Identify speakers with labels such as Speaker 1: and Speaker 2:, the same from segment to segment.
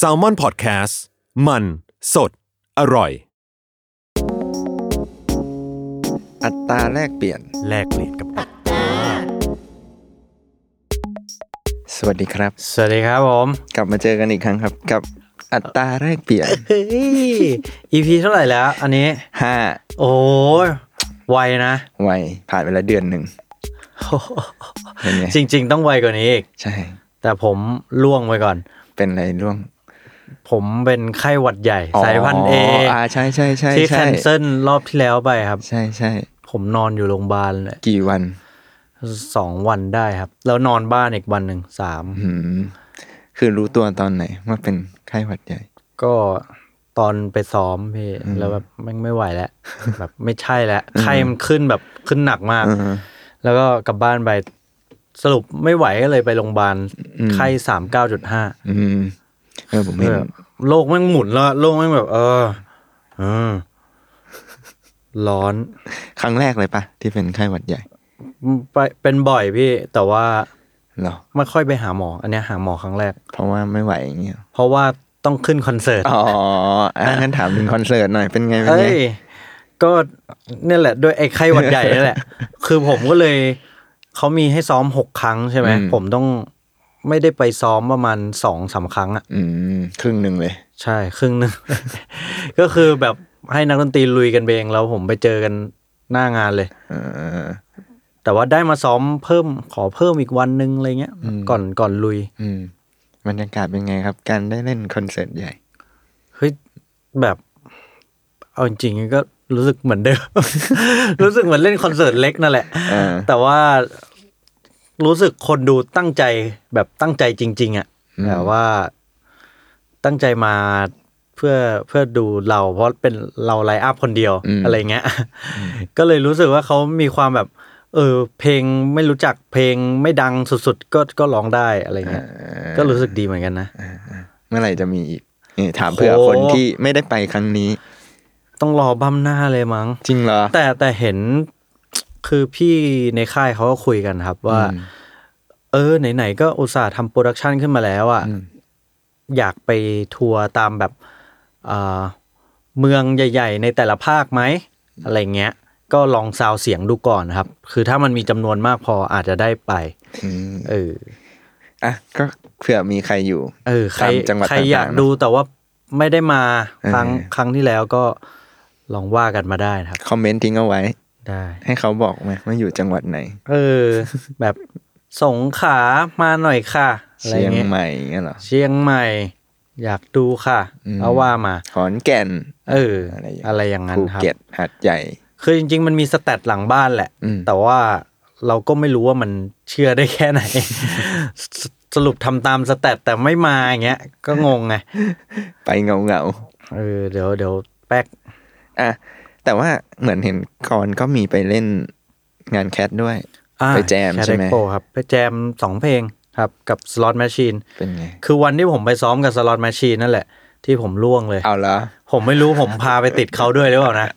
Speaker 1: s a l m o n PODCAST มันสดอร่อย
Speaker 2: อัตราแลกเปลี่ยน
Speaker 3: แลกเปลี่ยนกับอัต
Speaker 2: สวัสดีครับ
Speaker 3: สวัสดีครับผม
Speaker 2: กลับมาเจอกันอีกครั้งครับ กับอัตราแลกเปลี่ยน
Speaker 3: เฮ้ย EP เท่าไหร่แล้ว อันนี้
Speaker 2: ห้า
Speaker 3: โอ้ยไวนะ
Speaker 2: ไวผ่านไปแล้วเดือนหนึ่งเป็นไง
Speaker 3: จริง ๆ ต้องไวกว่านี้อีก
Speaker 2: ใช่
Speaker 3: แต่ผมล่วงไปก่อน
Speaker 2: เป็นอะไรร่วง
Speaker 3: ผมเป็นไข้หวัดใหญ่ สายพันธุ์เอ
Speaker 2: อ่าใช่ใช่ใช่
Speaker 3: ที่
Speaker 2: ใช่
Speaker 3: แคนเซิลรอบที่แล้วไปครับ
Speaker 2: ใช่ใช่
Speaker 3: ผมนอนอยู่โรงพยาบาลเลย
Speaker 2: กี่วัน
Speaker 3: สองวันได้ครับ แล้วนอนบ้านอีกวันหนึ่งสาม
Speaker 2: หืมคือรู้ตัวตอนไหนว่าเป็นไข้หวัดใหญ่
Speaker 3: ก็ตอนไปซ้อมพี่แล้วแบบแม่งไม่ไหวแล้ว แบบไม่ใช่แล้วไข้มันขึ้นแบบขึ้นหนักมาก
Speaker 2: อืม
Speaker 3: แล้วก็กลับบ้านไปสรุปไม่ไหวก็เลยไปโรงพยาบาล
Speaker 2: อืม
Speaker 3: ไข้สามเก้าจุดห้า
Speaker 2: อืมเออผมเห็น
Speaker 3: โลกแม่งหมุนแล้วโลกแม่งแบบ เออเออร้อน
Speaker 2: ครั้งแรกเลยปะที่เป็นไข้หวัดใหญ่
Speaker 3: ไปเป็นบ่อยพี่ แต่ว่า
Speaker 2: เหรอ
Speaker 3: ไม่ค่อยไปหาหมอ อันเนี้ยหาหมอครั้งแรก
Speaker 2: เพราะว่าไม่ไหวอย่างเงี้ย
Speaker 3: เพราะว่าต้องขึ้นคอนเสิร์ต
Speaker 2: อ๋ออ่ะงั้นถามถึงคอนเสิร์ตหน่อยเป็นไงเป็นไง
Speaker 3: เอ้ยก็เนี่ยแหละด้วยไอ้ไข้หวัดใหญ่ นี่แหละ คือผมก็เลยเขามีให้ซ้อมหกครั้งใช่ไหมผมต้องไม่ได้ไปซ้อมประมาณสองสามครั้งอะ
Speaker 2: อืมครึ่งหนึ่งเลย
Speaker 3: ใช่ครึ่งหนึ่ ง ก็คือแบบให้นักดนตรีลุยกันเองแล้วผมไปเจอกันหน้างานเลย
Speaker 2: เออ
Speaker 3: แต่ว่าได้มาซ้อมเพิ่มขอเพิ่มอีกวันนึงอะไรเงี้ย ก่อนก่อนลุย
Speaker 2: อืมบรรยากาศเป็นไงครับ การได้เล่นคอนเสิร์ตใหญ่
Speaker 3: เฮ้ยแบบเอาจริงๆก็รู้สึกเหมือนเดิม รู้สึกเหมือนเล่นคอนเสิร์ตเล็กนั่นแหละ
Speaker 2: อ่า
Speaker 3: แต่ว่ารู้สึกคนดูตั้งใจแบบตั้งใจจริง ๆอะ่ะแบบว่าตั้งใจมาเพื่อเพื่อดูเรา เพราะเป็นเราไลฟ์อัพคนเดียวอะไรเงี้ย ก็เลยรู้สึกว่าเขามีความแบบ เออ เพลงไม่รู้จักเพลงไม่ดังสุดๆ ก็ก็ร้องได้อะไรเงี้ย ก็รู้สึกดีเหมือนกันนะ
Speaker 2: เมื่อไหร่จะมีอีกนี่ถามเผื่อคนที่ไม่ได้ไปครั้งนี้
Speaker 3: ต้องรอบั้มหน้าเลยมั้ง
Speaker 2: จริงเหรอ
Speaker 3: แต่แต่เห็น คือพี่ในค่ายเขาก็คุยกันครับว่า เออ ไหนๆก็อุตส่าห์ทำโปรดักชันขึ้นมาแล้วอะ่ะ อยากไปทัวร์ตามแบบอ่าเมืองใหญ่ ๆ ในแต่ละภาคไหม อะไรเงี้ย ก็ลองซาวเสียงดูก่อนครับ คือถ้ามันมีจำนวนมากพออาจจะได้ไปเออ
Speaker 2: อ่ะ ก็เผื่อมีใครอยู่
Speaker 3: เออใคร
Speaker 2: ตามจังหวัด
Speaker 3: ใครอยาก
Speaker 2: ต่างๆ
Speaker 3: ดูแต่ว่าไม่ได้มาครั้ง
Speaker 2: เออ
Speaker 3: ครั้งที่แล้วก็ลองว่ากันมาได้นะครับ
Speaker 2: คอมเมนต์ทิ้งเอาไว้
Speaker 3: ได้
Speaker 2: ให้เขาบอกไหมว่าอยู่จังหวัดไหน
Speaker 3: เออ แบบสงขลามาหน่อยค่ะอะไร
Speaker 2: เชียง
Speaker 3: เงี้ย
Speaker 2: ใหม่อย่างเงี้ยเหรอ
Speaker 3: เชียงใหม่ อยากดูค่ะ
Speaker 2: อืม
Speaker 3: เอาว่ามา
Speaker 2: ขอนแก่น
Speaker 3: เอออ
Speaker 2: อะไรอย่าง
Speaker 3: อะไรอย่างนั้น
Speaker 2: ภู
Speaker 3: ครับ
Speaker 2: เก็ตหัดใหญ่
Speaker 3: คือจริง ๆ มันมีสแตทหลังบ้านแหละ
Speaker 2: อืม
Speaker 3: แต่ว่าเราก็ไม่รู้ว่ามันเชื่อได้แค่ ไหน สสรุปทำตามสแตทแต่ไม่มาอย่างเงี้ย ก็งงไง
Speaker 2: ไปเงาเงา
Speaker 3: เออเดี๋ยวเดี๋ยวแป๊ก
Speaker 2: ๆอ่ะ แต่ว่าเหมือนเห็นก่อนก็มีไปเล่นงานแคทด้วย
Speaker 3: อ่า
Speaker 2: ไปแจมใช่ไหม
Speaker 3: คเด็กโปครับ ไปแจมสองเพลงครับ กับสล็อตแมชชีน
Speaker 2: เป็นไง
Speaker 3: คือวันที่ผมไปซ้อมกับสล็อตแมชชีนนั่นแหละ ที่ผมล่วงเลย
Speaker 2: เอาเหรอ
Speaker 3: ผมไม่รู้ผมพาไปติดเขาด้วยหรือเปล่านะ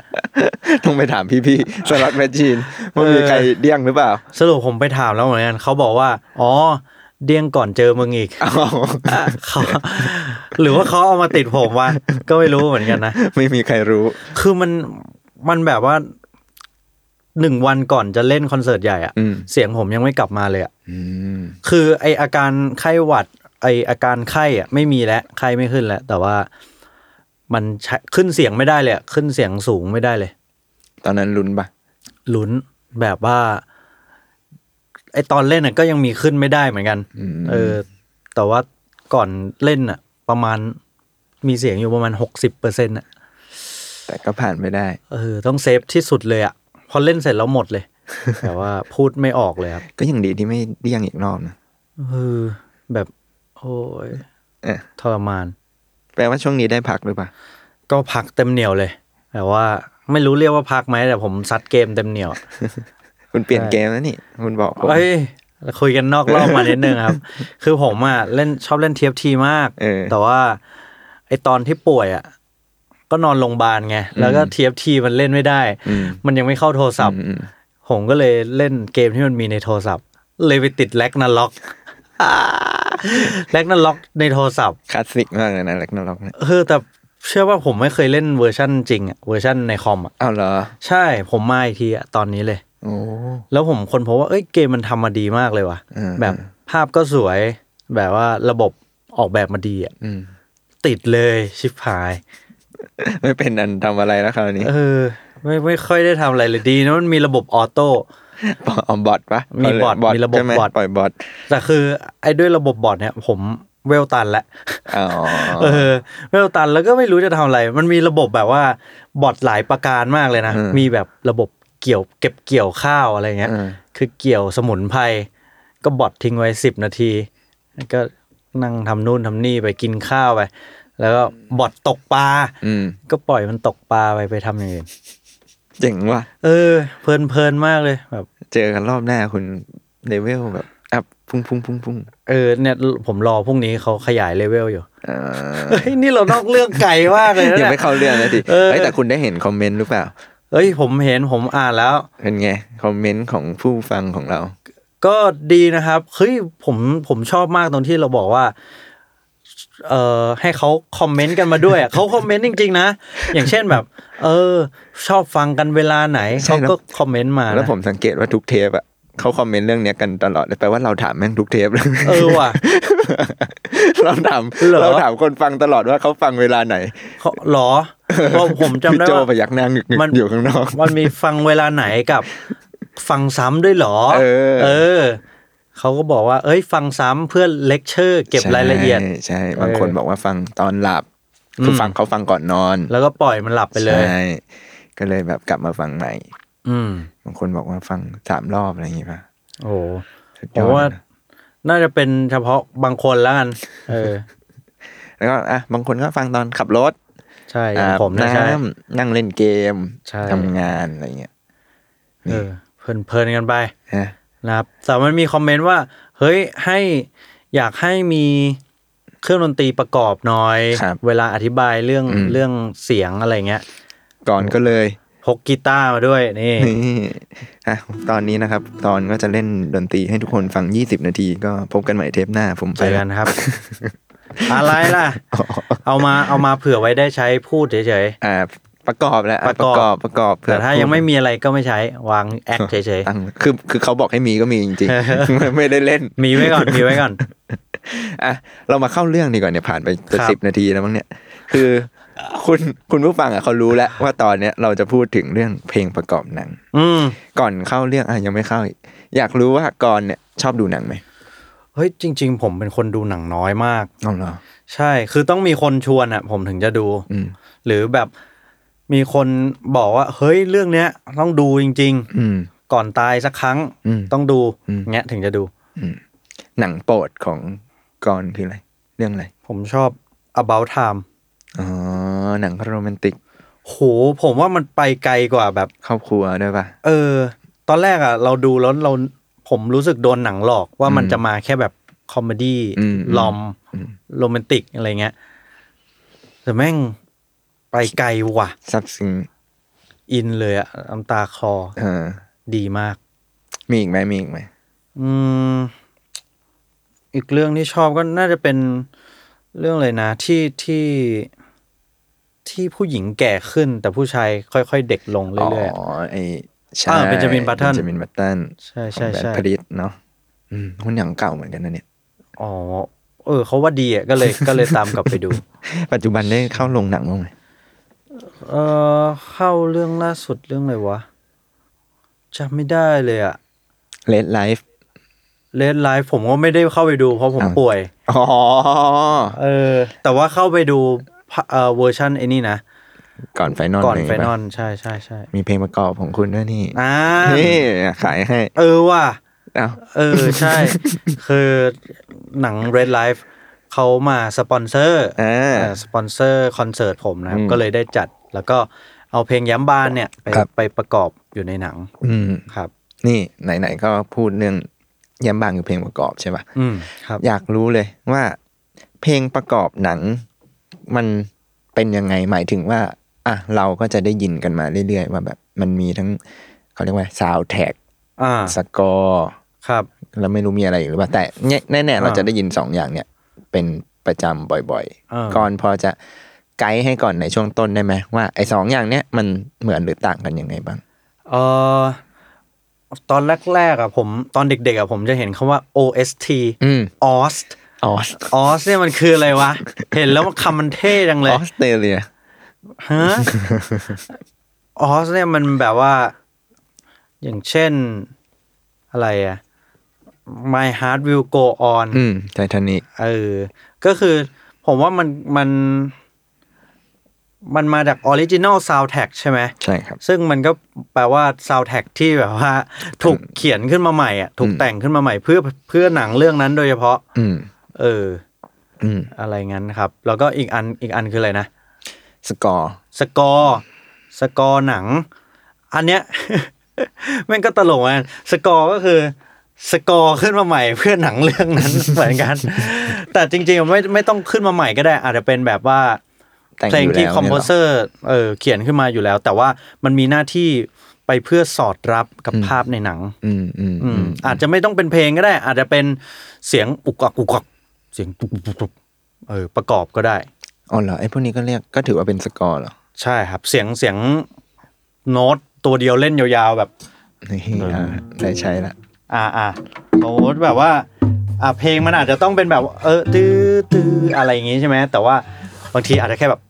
Speaker 2: ต้องไปถามพี่ๆสล็อตแมชชีนว่ามีใครเดี้ยงหรือเปล่า
Speaker 3: สรุปผมไปถามแล้วเหมือนกันเขาบอกว่า อ๋อ เดี้ยงก่อนเจอมึงอีก
Speaker 2: อ้าว
Speaker 3: อ่ะเขาหรือว่าเขาเอามาติดผมวะก็ไม่รู้เหมือนกันนะ
Speaker 2: ไม่มีใครรู้
Speaker 3: คือมันมันแบบว่าหนึ่งวันก่อนจะเล่นคอนเสิร์ตใหญ่อะ
Speaker 2: อืม
Speaker 3: เสียงผมยังไม่กลับมาเลยอะ
Speaker 2: อืม
Speaker 3: คือไออาการไข้หวัด ไออาการไข้อะไม่มีแล้วไข้ไม่ขึ้นแล้ว แต่ว่ามันใช้ขึ้นเสียงไม่ได้เลยอะขึ้นเสียงสูงไม่ได้เลย
Speaker 2: ตอนนั้นลุ้นปะ
Speaker 3: ลุ้นแบบว่า ไอตอนเล่นน่ะก็ยังมีขึ้นไม่ได้เหมือนกันเออ แต่ว่าก่อนเล่นอ่ะ ประมาณมีเสียงอยู่ประมาณหกสิบเปอร์เซ็นต์อ่ะ
Speaker 2: แต่ก็ผ่านไปได้
Speaker 3: เออต้องเซฟที่สุดเลยอ่ะพอเล่นเสร็จแล้วหมดเลย แต่ว่าพูดไม่ออกเลยครับ
Speaker 2: ก็ยังดีที่ไม่เดี้ยงอีกรอบนะ
Speaker 3: เออแบบ โห ย
Speaker 2: เออ
Speaker 3: ทรมาน
Speaker 2: แปลว่าช่วงนี้ได้พักหรือเปล่า
Speaker 3: ก็พักเต็มเหนียวเลย แต่ว่าไม่รู้เรียกว่าพักไหมแต่ผมซัดเกมเต็มเหนียว
Speaker 2: คุณเปลี่ยน
Speaker 3: ใช่
Speaker 2: เกมแล้วนี่ คุณบอกผม
Speaker 3: เอ้ยคุยกันนอกรอบมานิดนึงครับ คือผมอ่ะเล่นชอบเล่น TFT มาก
Speaker 2: เออ
Speaker 3: แต่ว่าไอตอนที่ป่วยอ่ะก็นอนโรงพยาบาลไง แล้วก็ TFT มันเล่นไม่ได้
Speaker 2: อืม
Speaker 3: มันยังไม่เข้าโทรศัพท์
Speaker 2: อืม
Speaker 3: ผมก็เลยเล่นเกมที่มันมีในโทรศัพท์ เลยไปติดแล็กนาล็อก แล็กนาล็อกในโทรศัพท์
Speaker 2: คลาสสิกมากเลยนะแล็กนาล็อกเนี่ย
Speaker 3: เออแต่เชื่อว่าผมไม่เคยเล่นเวอร์ชั่นจริงอะเวอร์ชั่นในคอมอะ
Speaker 2: อ้าวเหรอ
Speaker 3: ใช่ผมมาอีกทีอะตอนนี้เลย
Speaker 2: โอ้
Speaker 3: แล้วผมคนพบว่าเอ้ยเกมมันทำมาดีมากเลยว่ะ
Speaker 2: อืม
Speaker 3: แบบภาพก็สวย แบบว่าระบบออกแบบมาดีอะ
Speaker 2: อืม
Speaker 3: ติดเลยชิบห าย
Speaker 2: ไม่เป็นอันทำอะไรแล้วคราวนี้
Speaker 3: เออ ไม่ไม่ค่อยได้ทำอะไรเลยดีนะมันมีระบบออโต้
Speaker 2: ปล่อยเอาบอทปะ
Speaker 3: มีบอทมีระบบ
Speaker 2: ใช่ไห
Speaker 3: บอท
Speaker 2: ปล่อยบอท
Speaker 3: แต่คือไอ้ด้วยระบบบอทเนี่ย ผมเวลตันแล้ว
Speaker 2: อ๋อ
Speaker 3: เออเวลตันแล้วก็ไม่รู้จะทำอะไร มันมีระบบแบบว่าบอทหลายประการมากเลยนะ มีแบบระบบเกี่ยวเก็บเกี่ยวข้าวอะไรเงี้ย
Speaker 2: ม
Speaker 3: คือเกี่ยวสมุนไพรก็บอททิ้งไว้สิบนาทีแล้วก็นั่งทำนู่นทำนี่ไปกินข้าวไป แล้วก็บอทตกปลา
Speaker 2: อืม
Speaker 3: ก็ปล่อยมันตกปลาไปไปทำอย่างอื่น
Speaker 2: เจ๋งว่ะ
Speaker 3: เออ เพลินเพลินมากเลยแบบ
Speaker 2: เจอกันรอบหน้าคุณเลเวลแบบอัพพุ่งพุ่งพุ่งพุ่ง
Speaker 3: เออเนี่ยผมรอพรุ่งนี้เขาขยายเลเวลอยู่
Speaker 2: เออ
Speaker 3: เฮ้ยนี่เรานอกเรื่องไก่มากเลย
Speaker 2: ยัง
Speaker 3: นะเนี่ย
Speaker 2: ไม่เข้าเรื่องนะดิ
Speaker 3: เออ
Speaker 2: เอ้ยแต่คุณได้เห็นคอมเมนต์หรือเปล่า
Speaker 3: เอ้ยผมเห็นผมอ่านแล้ว
Speaker 2: เป็นไง คอมเมนต์ของผู้ฟังของเรา
Speaker 3: ก็ดีนะครับ เฮ้ยผมผมชอบมากตรงที่เราบอกว่า เอ่อให้เขาคอมเมนต์กันมาด้วยอะ เขาคอมเมนต์จริง ๆ นะ อย่างเช่นแบบ เออ ชอบฟังกันเวลาไหน
Speaker 2: ใช่
Speaker 3: เขา
Speaker 2: แล้ว
Speaker 3: ก็คอมเมนต์มานะ
Speaker 2: แล้วผมสังเกตว่าทุกเทปอะเขาคอมเมนต์เรื่องเนี้ยกันตลอดเลยแปลว่าเราถามแม่งทุกเทปเลย
Speaker 3: เออว่ะ
Speaker 2: เราถาม
Speaker 3: เหรอ
Speaker 2: เราถามคนฟังตลอดว่าเขาฟังเวลาไหน
Speaker 3: เขาหรอเพราะผมจำได้
Speaker 2: พี่โจพ
Speaker 3: ว่า
Speaker 2: ยักหน้างึก
Speaker 3: มัน
Speaker 2: ๆอยู่ข้างนอก
Speaker 3: มันมีฟังเวลาไหนกับ ฟังซ้ำด้วยเหรอ
Speaker 2: เออ
Speaker 3: เออเขาก็บอกว่า เอ้ย ฟังซ้ำเพื่อเลคเชอร์ เก็บรายละเอียด
Speaker 2: ใช่ใช่บางคน
Speaker 3: เออ
Speaker 2: บอกว่าฟังตอนหลับคืออ
Speaker 3: ม
Speaker 2: ฟังเขาฟังก่อนนอน
Speaker 3: แล้วก็ปล่อยมันหลับไปเลย
Speaker 2: ใช่ก็เลยแบบกลับมาฟังใหม่
Speaker 3: อืม
Speaker 2: บางคนบอกว่าฟังสามรอบอะไรอย่างงี้ป่ะ
Speaker 3: โอ้
Speaker 2: สุด
Speaker 3: ผ
Speaker 2: ยอ
Speaker 3: ม
Speaker 2: ด
Speaker 3: ว่า
Speaker 2: นะ
Speaker 3: น่าจะเป็นเฉพาะบางคนแล้วกัน เออ
Speaker 2: แล้วก็อ่ะบางคนก็ฟังตอนขับรถ
Speaker 3: ใช่อย่า
Speaker 2: อาง บ
Speaker 3: ผมเนะใช่
Speaker 2: น้ำนั่งเล่นเกม
Speaker 3: ใช่
Speaker 2: ทำงานอะไรเงี้ย
Speaker 3: เออเพลินๆกันไป
Speaker 2: ฮะ
Speaker 3: นะครับ แต่มันมีคอมเมนต์ว่า เฮ้ยให้อยากให้มีเครื่องดนตรีประกอบหน่อย
Speaker 2: ครับ
Speaker 3: เวลาอธิบายเรื่องเรื่องเสียงอะไรเงี้ย
Speaker 2: ก่อนก็เลย
Speaker 3: พกกีตาร์มาด้วยนี่
Speaker 2: นี่ อ่ะตอนนี้นะครับ ตอนก็จะเล่นดนตรีให้ทุกคนฟัง 20 นาที ก็พบกันใหม่เทปหน้า ผมไป
Speaker 3: เจอ
Speaker 2: แล้ว
Speaker 3: กันครับ อะไรล่ะ เอามาเอามาเผื่อไว้ได้ใช้พูดเฉย
Speaker 2: อ่าประกอบแหละ
Speaker 3: ประกอบ
Speaker 2: ประกอบ
Speaker 3: ๆ แต่ถ้ายังไม่มีอะไรก็ไม่ใช้วางแอคเฉย
Speaker 2: ตั้งคือคือเขาบอกให้มีก็มีจริง ๆ ไม่ได้เล่น
Speaker 3: ๆ มีไว้ก่อน มีไว้ก่อน
Speaker 2: อ่ะเรามาเข้าเรื่องดีกว่าเนี่ยผ่านไปเกือบ
Speaker 3: ครับ
Speaker 2: สิบนาทีแล้วมั้งเนี่ยคือคุณคุณผู้ฟังอ่ะเขารู้แล้วว่าตอนเนี้ยเราจะพูดถึงเรื่องเพลงประกอบหนัง
Speaker 3: อืม
Speaker 2: ก่อนเข้าเรื่องอ่ะยังไม่เข้าอีกอยากรู้ว่าก่อนเนี่ยชอบดูหนังไหม
Speaker 3: เฮ้ยจริง ๆ ผมเป็นคนดูหนังน้อยมาก
Speaker 2: อ๋อเหรอ
Speaker 3: ใช่ คือต้องมีคนชวนอ่ะ ผมถึงจะดู
Speaker 2: อืม
Speaker 3: หรือแบบมีคนบอกว่า เฮ้ยเรื่องเนี้ย ต้องดูจริง
Speaker 2: อืม
Speaker 3: ๆ ก่อนตายสักครั้ง
Speaker 2: อืม
Speaker 3: ต้องดู
Speaker 2: อืม
Speaker 3: เงี้ยถึงจะดู
Speaker 2: หนังโปรดของก่อนคืออะไรเรื่องอะไร
Speaker 3: ผมชอบ about time
Speaker 2: อ๋อหนังโรแมนติก
Speaker 3: โหผมว่ามันไปไกลกว่าแบบ
Speaker 2: ครอบครัวด้วยป่ะ
Speaker 3: เออ ตอนแรกอ่ะ เราดูแล้วเราผมรู้สึกโดนหนังหลอกว่ามันจะมาแค่แบบคอมเมดี้
Speaker 2: อืม
Speaker 3: ลอม
Speaker 2: อืม
Speaker 3: โรแมนติกอะไรเงี้ยแต่แม่งไปไกลว่ะ
Speaker 2: ซับซิง
Speaker 3: อินเลยอะน้ำตาคลอ
Speaker 2: เออ
Speaker 3: ดีมาก
Speaker 2: มีอีกไหมมีอีกไหม
Speaker 3: อืม อีกเรื่องที่ชอบก็น่าจะเป็นเรื่องเลยนะ ที่ที่ที่ผู้หญิงแก่ขึ้น แต่ผู้ชายค่อยๆ เด็กลงเรื่อย
Speaker 2: อ๋อไอใช่
Speaker 3: อ่า Benjamin Button
Speaker 2: เบนจามินบัตตัน
Speaker 3: ๆ ใช่ใช่ใช่
Speaker 2: ผลิตเนาะอืมหุ้นอย่างเก่าเหมือนกันนะเนี่ย
Speaker 3: อ๋อ เออเขาว่าดีอะก็เลยก็เลยตามกลับไปดู
Speaker 2: ปัจจุบันได้เข้าลงหนังบ้างไหม
Speaker 3: เออเข้าเรื่องล่าสุดเรื่องอะไรวะจำไม่ได้เลยอะ
Speaker 2: เลดไลฟ์
Speaker 3: เลนไลฟ์ผมก็ไม่ได้เข้าไปดูเพราะผม
Speaker 2: อ้าว
Speaker 3: ป่วย
Speaker 2: อ๋อ
Speaker 3: เออ แต่ว่าเข้าไปดูพะเอ่อเวอร์ชันไอ้นี่นะ
Speaker 2: ก่อนไฟนอล
Speaker 3: ก่อนไฟนอลใช่ใช่ใช่
Speaker 2: มีเพลงประกอบของคุณด้วยนี่
Speaker 3: อ่า
Speaker 2: นี่ขายให้
Speaker 3: เออว่ะ
Speaker 2: เอ้า
Speaker 3: เออ ใช่ คือหนัง Red Life เขามาสปอนเซอร์
Speaker 2: อ่า
Speaker 3: เอ่อสปอนเซอร์คอนเสิร์ตผมนะครับ
Speaker 2: อืม
Speaker 3: ก็เลยได้จัด แล้วก็เอาเพลงย้ำบานเนี่ยไป
Speaker 2: ครับ
Speaker 3: ไปประกอบอยู่ในหนัง
Speaker 2: อืม
Speaker 3: ครับ
Speaker 2: นี่ไหนๆก็พูดเรื่องย้ำบางคือเพลงประกอบใช่ปะ
Speaker 3: อืมครับ
Speaker 2: อยากรู้เลยว่า เพลงประกอบหนัง มันเป็นยังไงหมายถึงว่า อ่ะเราก็จะได้ยินกันมาเรื่อยๆ ว่าแบบมันมีทั้งเขาเรียกว่าซาวแท็ก
Speaker 3: อ่า
Speaker 2: สกอร์
Speaker 3: ครับ
Speaker 2: แล้วไม่รู้มีอะไรอีกหรือเปล่าแต่เนี่ยแน่ๆเรา
Speaker 3: อ่า
Speaker 2: จะได้ยินสองอย่างเนี่ย เป็นประจำบ่อย
Speaker 3: อ่า
Speaker 2: ก่อนพอจะไกด์ให้ก่อนในช่วงต้นได้ไหมว่าไอ้สองอย่างเนี้ยมันเหมือนหรือต่างกันยังไงบ้าง
Speaker 3: เอ่อตอนแรกๆอ่ะผมตอนเด็กๆอ่ะผมจะเห็นคำว่า OST
Speaker 2: อืม
Speaker 3: OST
Speaker 2: ออส
Speaker 3: OST เนี่ยมันคืออะไรวะ เห็นแล้วมันคำมันเท่จัง
Speaker 2: อ
Speaker 3: เลย
Speaker 2: อสเตรเลีย
Speaker 3: ฮะ ออสเนี่ยมันแบบว่า อย่างเช่นอะไรอะ My heart will go on
Speaker 2: อืมไททานิก
Speaker 3: เออ ก็คือผมว่ามันมัน มันมาจากออริจินอลซาว d t ท a c กใช่ไหม
Speaker 2: ใช่ครับ
Speaker 3: ซึ่งมันก็แปลว่าซาว d t ท a c กที่แบบ ว่า ถูกเขียนขึ้นมาใหม่อ่ะ ถูกแต่งขึ้นมาใหม่เพื่อเพื่อหนังเรื่องนั้นโดยเฉพาะ
Speaker 2: อืม
Speaker 3: เออ
Speaker 2: อืม
Speaker 3: อะไรงั้นครับ แล้วก็อีกอันอีกอันคืออะไรนะ
Speaker 2: สกอร์
Speaker 3: สกอร์สกอร์หนัง อันเนี้ย แม่งก็ตลกอ่ะสกอร์ก็คือสกอร์ขึ้นมาใหม่เพื่อหนังเรื่องนั้น เหมือนกัน แต่จริงๆไม่ไม่ต้องขึ้นมาใหม่ก็ได้ อาจจะเป็นแบบว่า
Speaker 2: แต่ง
Speaker 3: เพลง
Speaker 2: อยู่แล้ว
Speaker 3: ที่
Speaker 2: เนี่ย
Speaker 3: คอมโพเซอร์เออเขียนขึ้นมาอยู่แล้ว แต่ว่ามันมีหน้าที่ไปเพื่อสอดรับกับภาพในหนัง
Speaker 2: อืมอืม
Speaker 3: อืมอาจจะไม่ต้องเป็นเพลงก็ได้ อาจจะเป็นเสียงอุกอักอุกอักเสียงตุบตุบตุบตุบเออประกอบก็ได้
Speaker 2: อ๋อเหรอไอ้พวกนี้ก็เรียกก็ถือว่าเป็นสกอร์เหรอ
Speaker 3: ใช่ครับ เสียงเสียงโน้ตตัวเดียวเล่นยาวๆแบบ
Speaker 2: นี่อ่าได้ใช้ละ
Speaker 3: อ่าอ่าสมมติแบบว่าอ่าเพลงมันอาจจะต้องเป็นแบบ เออตื้อตื้ออะไรอย่างงี้ใช่ไหมแต่ว่าบางทีอาจจะแค่แบบ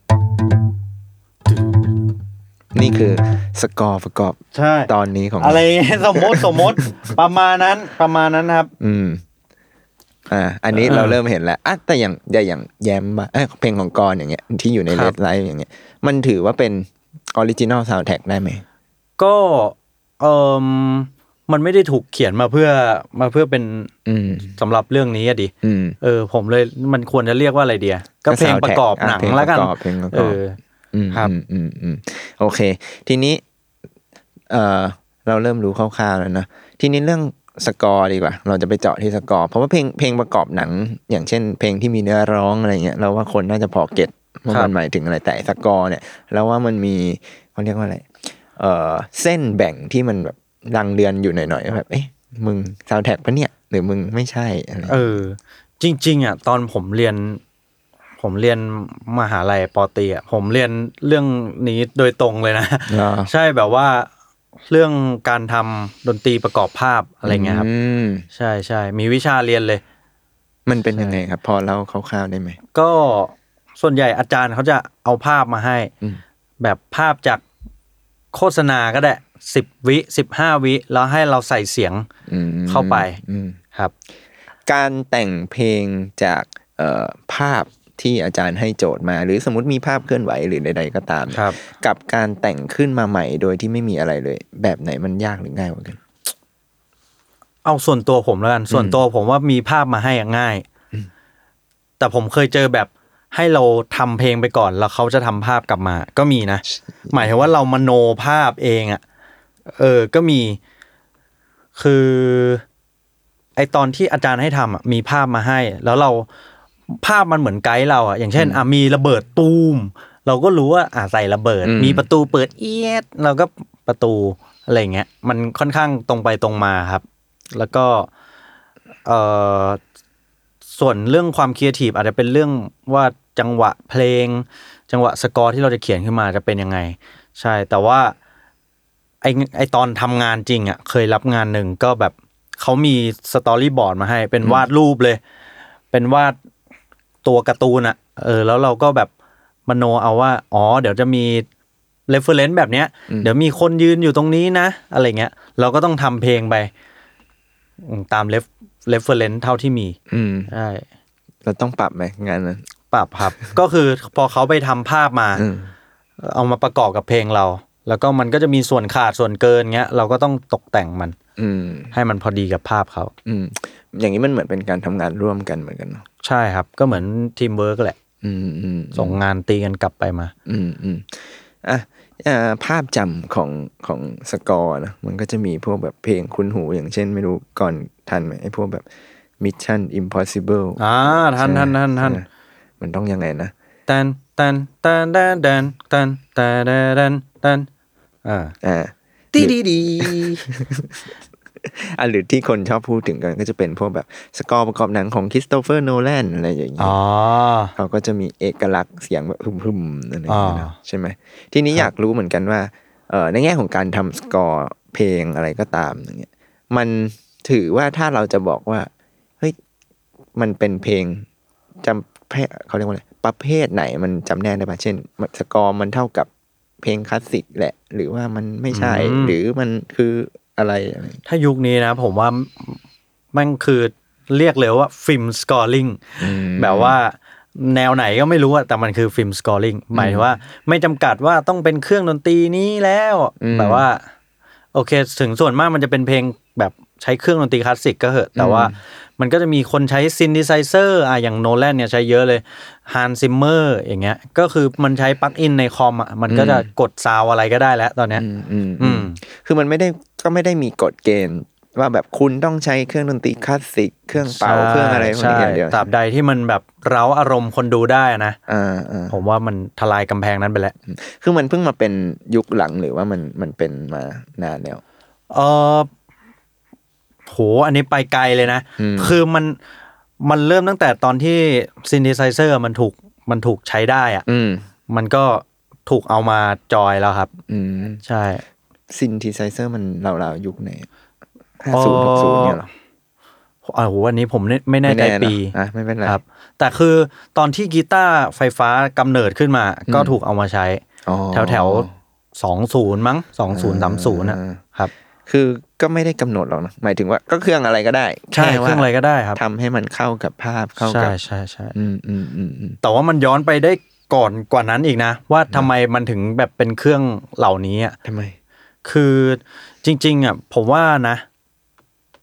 Speaker 2: นี่คือสกอร์ประกอบ
Speaker 3: ใช่
Speaker 2: ตอนนี้ของ
Speaker 3: อะไร สมมติสมมติประมาณนั้นประมาณนั้นนะครับ
Speaker 2: อืม อ่า อันนี้
Speaker 3: เออ
Speaker 2: เราเริ่มเห็นแล้วอ่ะแต่อย่างอย่าอย่างแย้มมาเอ้ยเพลงของกรอย่างเงี้ยที่อยู่ในเลดไลฟ์อย่างเงี้ย มันถือว่าเป็นออริจินอลซาวด์แท็กได้ไหม
Speaker 3: ก็เอมมันไม่ได้ถูกเขียนมาเพื่อมาเพื่อเป็น
Speaker 2: อืม
Speaker 3: สำหรับเรื่องนี้อะดิ
Speaker 2: อืม
Speaker 3: เออผมเลยมันควรจะเรียกว่าอะไรเดียก็เพลงประกอบหนังแล้วกัน
Speaker 2: เพลงประกอบเพลงประก
Speaker 3: เอ
Speaker 2: อบ
Speaker 3: อ
Speaker 2: อืม
Speaker 3: ครับ
Speaker 2: อืมอืมอืมโอเค ทีนี้ เออเราเริ่มรู้คร่าวๆแล้วนะทีนี้เรื่องสกอร์ดีกว่า เราจะไปเจาะที่สกอร์เพราะว่าเพลงเพลงประกอบหนัง อย่างเช่น เพลงที่มีเนื้อร้องอะไรเงี้ยเราว่าคนน่าจะพอเก็ตว่ามันหมายถึงอะไรแต่สกอร์เนี่ยเราว่ามันมีเขาเรียกว่าอะไรเออเส้นแบ่งที่มันแบบรังเรือนอยู่หน่อยๆว่าแบบเอ๊ะมึงซาวแท็กปะเนี่ย หรือมึงไม่ใช่อะไร
Speaker 3: เออจริง ๆอ่ะตอนผมเรียน ผมเรียนมหาลัยปอตรีอ่ะผมเรียนเรื่องนี้โดยตรงเลยนะ
Speaker 2: เหรอ
Speaker 3: ใช่แบบว่าเรื่องการทำดนตรีประกอบภาพอะไรเงี้ยครับ
Speaker 2: ม
Speaker 3: ใช่ใช่มีวิชาเรียนเลย
Speaker 2: มันเป็นยังไงครับ พอเล่าคร่าวๆได้ไหม
Speaker 3: ก็ส่วนใหญ่อาจารย์เขาจะเอาภาพมาให้
Speaker 2: อืม
Speaker 3: แบบภาพจากโฆษณาก็ได้สิบวิสิบห้าวิแล้วให้เราใส่เสียง
Speaker 2: อืม
Speaker 3: เข้าไป
Speaker 2: อืม
Speaker 3: ครับ
Speaker 2: การแต่งเพลงจากเอ่อภาพที่อาจารย์ให้โจทย์มา หรือสมมติมีภาพเคลื่อนไหวหรือใด ๆ ก็ตามเนี่ย
Speaker 3: ครับ
Speaker 2: กับการแต่งขึ้นมาใหม่โดยที่ไม่มีอะไรเลย แบบไหนมันยากหรือง่ายกว่ากัน
Speaker 3: เอาส่วนตัวผมแล้วกัน ส่วนตัวผมว่ามีภาพมาให้อะง่าย แต่ผมเคยเจอแบบให้เราทำเพลงไปก่อน แล้วเขาจะทำภาพกลับมา ก็มีนะ หมายถึงว่าเรามโนภาพเองอะเออ ก็มี คือ ไอตอนที่อาจารย์ให้ทำอะมีภาพมาให้ แล้วเราภาพมันเหมือนไกด์เราอะอย่างเช่นอ่ะมีระเบิดตูม เราก็รู้ว่าอ่ะใส่ระเบิด
Speaker 2: อืม
Speaker 3: มีประตูเปิดเอียดเราก็ประตูอะไรอย่างเงี้ย มันค่อนข้างตรงไปตรงมาครับ แล้วก็ เอ่อส่วนเรื่องความครีเอทีฟอาจจะเป็นเรื่องว่าจังหวะเพลง จังหวะสกอร์ที่เราจะเขียนขึ้นมาจะเป็นยังไง ใช่แต่ว่า ไอไอตอนทำงานจริงอะ่ะ เคยรับงานหนึ่งก็แบบเขามีสตอรี่บอร์ดมาให้ เป็นวาดรูปเลย เป็นวาดตัวการ์ตูนอะ่ะ เออ แล้วเราก็แบบมโนเอาว่า อ๋อ เดี๋ยวจะมีเรฟเฟอร์เรนซ์แบบเนี้ย เดี๋ยวมีคนยืนอยู่ตรงนี้นะ อะไรเงี้ย เราก็ต้องทำเพลงไปอืมตามเรฟเรฟเฟอร์เรนซ์เท่าที่มี
Speaker 2: อืม
Speaker 3: ใช่
Speaker 2: เราต้องปรับไหมงานนั้น
Speaker 3: ปรับครับ ก็คือพอเขาไปทำภาพมา
Speaker 2: อืม
Speaker 3: เอามาประกอบกับเพลงเรา แล้วก็มันก็จะมีส่วนขาดส่วนเกินเงี้ย เราก็ต้องตกแต่งมัน
Speaker 2: อืม
Speaker 3: ให้มันพอดีกับภาพเขา
Speaker 2: อืม อย่างนี้มันเหมือนเป็นการทำงานร่วมกันเหมือนกันเนาะ
Speaker 3: ใช่ครับ ก็เหมือนทีมเวิร์กแหละ
Speaker 2: อืมอืม
Speaker 3: ส่งงานตีกันกลับไปมา
Speaker 2: อืมอืมอ่ะเอ่อภาพจำของของสกอร์นะมันก็จะมีพวกแบบเพลงคุ้นหู อย่างเช่นไม่รู้ก่อนทันไหมไอ้พวกแบบ Mission Impossible
Speaker 3: อ่าท่าน
Speaker 2: ใช่ไหม
Speaker 3: ท่านท่านท่าน
Speaker 2: เออมันต้องยังไงนะ
Speaker 3: ตันตันตันตันตันตันตันตันตันอ่า
Speaker 2: อ่า
Speaker 3: ดีดีดี
Speaker 2: อ่ะหรือที่คนชอบพูดถึงกันก็จะเป็นพวกแบบสกอร์ประกอบหนังของคริสโตเฟอร์โนแลนอะไรอย่างเงี้
Speaker 3: อ๋
Speaker 2: ย
Speaker 3: อ
Speaker 2: เขาก็จะมีเอกลักษณ์เสียงแบบพึ่มๆอะไรอย่างเงี้ย
Speaker 3: อ่า
Speaker 2: นะใช่ไหมทีนี้อยากรู้เหมือนกันว่าเออในแง่ของการทำสกอร์เพลงอะไรก็ตามอย่างเงี้ยมันถือว่าถ้าเราจะบอกว่าเฮ้ยมันเป็นเพลงจำเพเขาเรียกว่าอะไรประเภทไหนมันจำแนกได้ปะเช่นสกอร์มันเท่ากับเพลงคลาสสิกแหละ หรือว่ามันไม่ใช่หรือมันคืออะไรอะไร
Speaker 3: ถ้ายุคนี้นะ ผมว่าแมันคือเรียกเลยว่าฟิล์มสกอร์ลิงแบบว่าแนวไหนก็ไม่รู้อะแต่มันคือฟิล์มสกอร์ลิงหมายถึงว่า ไม่จำกัดว่าต้องเป็นเครื่องดนตรีนี้แล้ว
Speaker 2: อืม
Speaker 3: แบบว่า โอเค ถึงส่วนมากมันจะเป็นเพลงแบบใช้เครื่องดนตรีคลาสสิกก็เหอะ แต่ว่ามันก็จะมีคนใช้ซินดิไซเซอร์อะอย่างโนแลนเนี่ยใช้เยอะเลยฮันซิมเมอร์อย่างเงี้ย ก็คือมันใช้ปลั๊กอินในคอมอะมันก็จะ
Speaker 2: อืม
Speaker 3: กดซาวอะไรก็ได้แล้วตอนเนี้ย
Speaker 2: อืมอืม
Speaker 3: อื
Speaker 2: อื
Speaker 3: ม
Speaker 2: มคือมันไม่ได้ก็ไม่ได้มีกฎเกณฑ์ว่าแบบคุณต้องใช้เครื่องดนตรีคลาสสิกเครื่องเป่าเครื่องอะไรพวกนี้
Speaker 3: ใช่
Speaker 2: อย่างเดียว
Speaker 3: ใช่ตราบใดที่มันแบบเร้าอารมณ์คนดูได้นะ
Speaker 2: อ่าอ่า
Speaker 3: ผมว่ามันทลายกำแพงนั้นไปแล้ว
Speaker 2: คือมันเพิ่งมาเป็นยุคหลังหรือว่ามันมันเป็นมานานแล้ว
Speaker 3: เออโห อันนี้ไปไกลเลยนะ คือมันมันเริ่มตั้งแต่ตอนที่ซิน t h ไซเซอร์มันถูกมันถูกใช้ได้อะ
Speaker 2: อืม
Speaker 3: มันก็ถูกเอามาจอยแล้วครับ
Speaker 2: อืม
Speaker 3: ใช่
Speaker 2: ซินธิไซเซอร์มันราวๆยุคไหนห้าศูนย์หกศูนย์เนี่ยเหรอ
Speaker 3: อ่าโหอันนี้ผมไม่ไม่แน่ใจ
Speaker 2: เนอะ
Speaker 3: ปี
Speaker 2: อ่ะไม่เป็นไร
Speaker 3: ครับ แต่คือตอนที่กีตาร์ไฟฟ้ากำเนิดขึ้นมา ก็ถูกเอามาใช้
Speaker 2: อ๋อ
Speaker 3: แถวแถวสองศูนย์มั้งสองศูนย์สามศูนย์นะครับ
Speaker 2: คือก็ไม่ได้กำหนดหรอกนะหมายถึงว่าก็เครื่องอะไรก็ได้
Speaker 3: ใช่
Speaker 2: แค่
Speaker 3: เค
Speaker 2: ว่า
Speaker 3: รื่องอะไรก็ได้ครับ
Speaker 2: ทำให้มันเข้ากับภาพเข้า
Speaker 3: ใช่
Speaker 2: กับ
Speaker 3: ใช่ใช่
Speaker 2: อืมอืมอืมอืม
Speaker 3: แต่ว่ามันย้อนไปได้ก่อนกว่านั้นอีกนะ ว่าทำไมมันถึงแบบเป็นเครื่องเหล่านี้อ่ะ
Speaker 2: ทำไม
Speaker 3: คือจริง ๆอ่ะผมว่านะ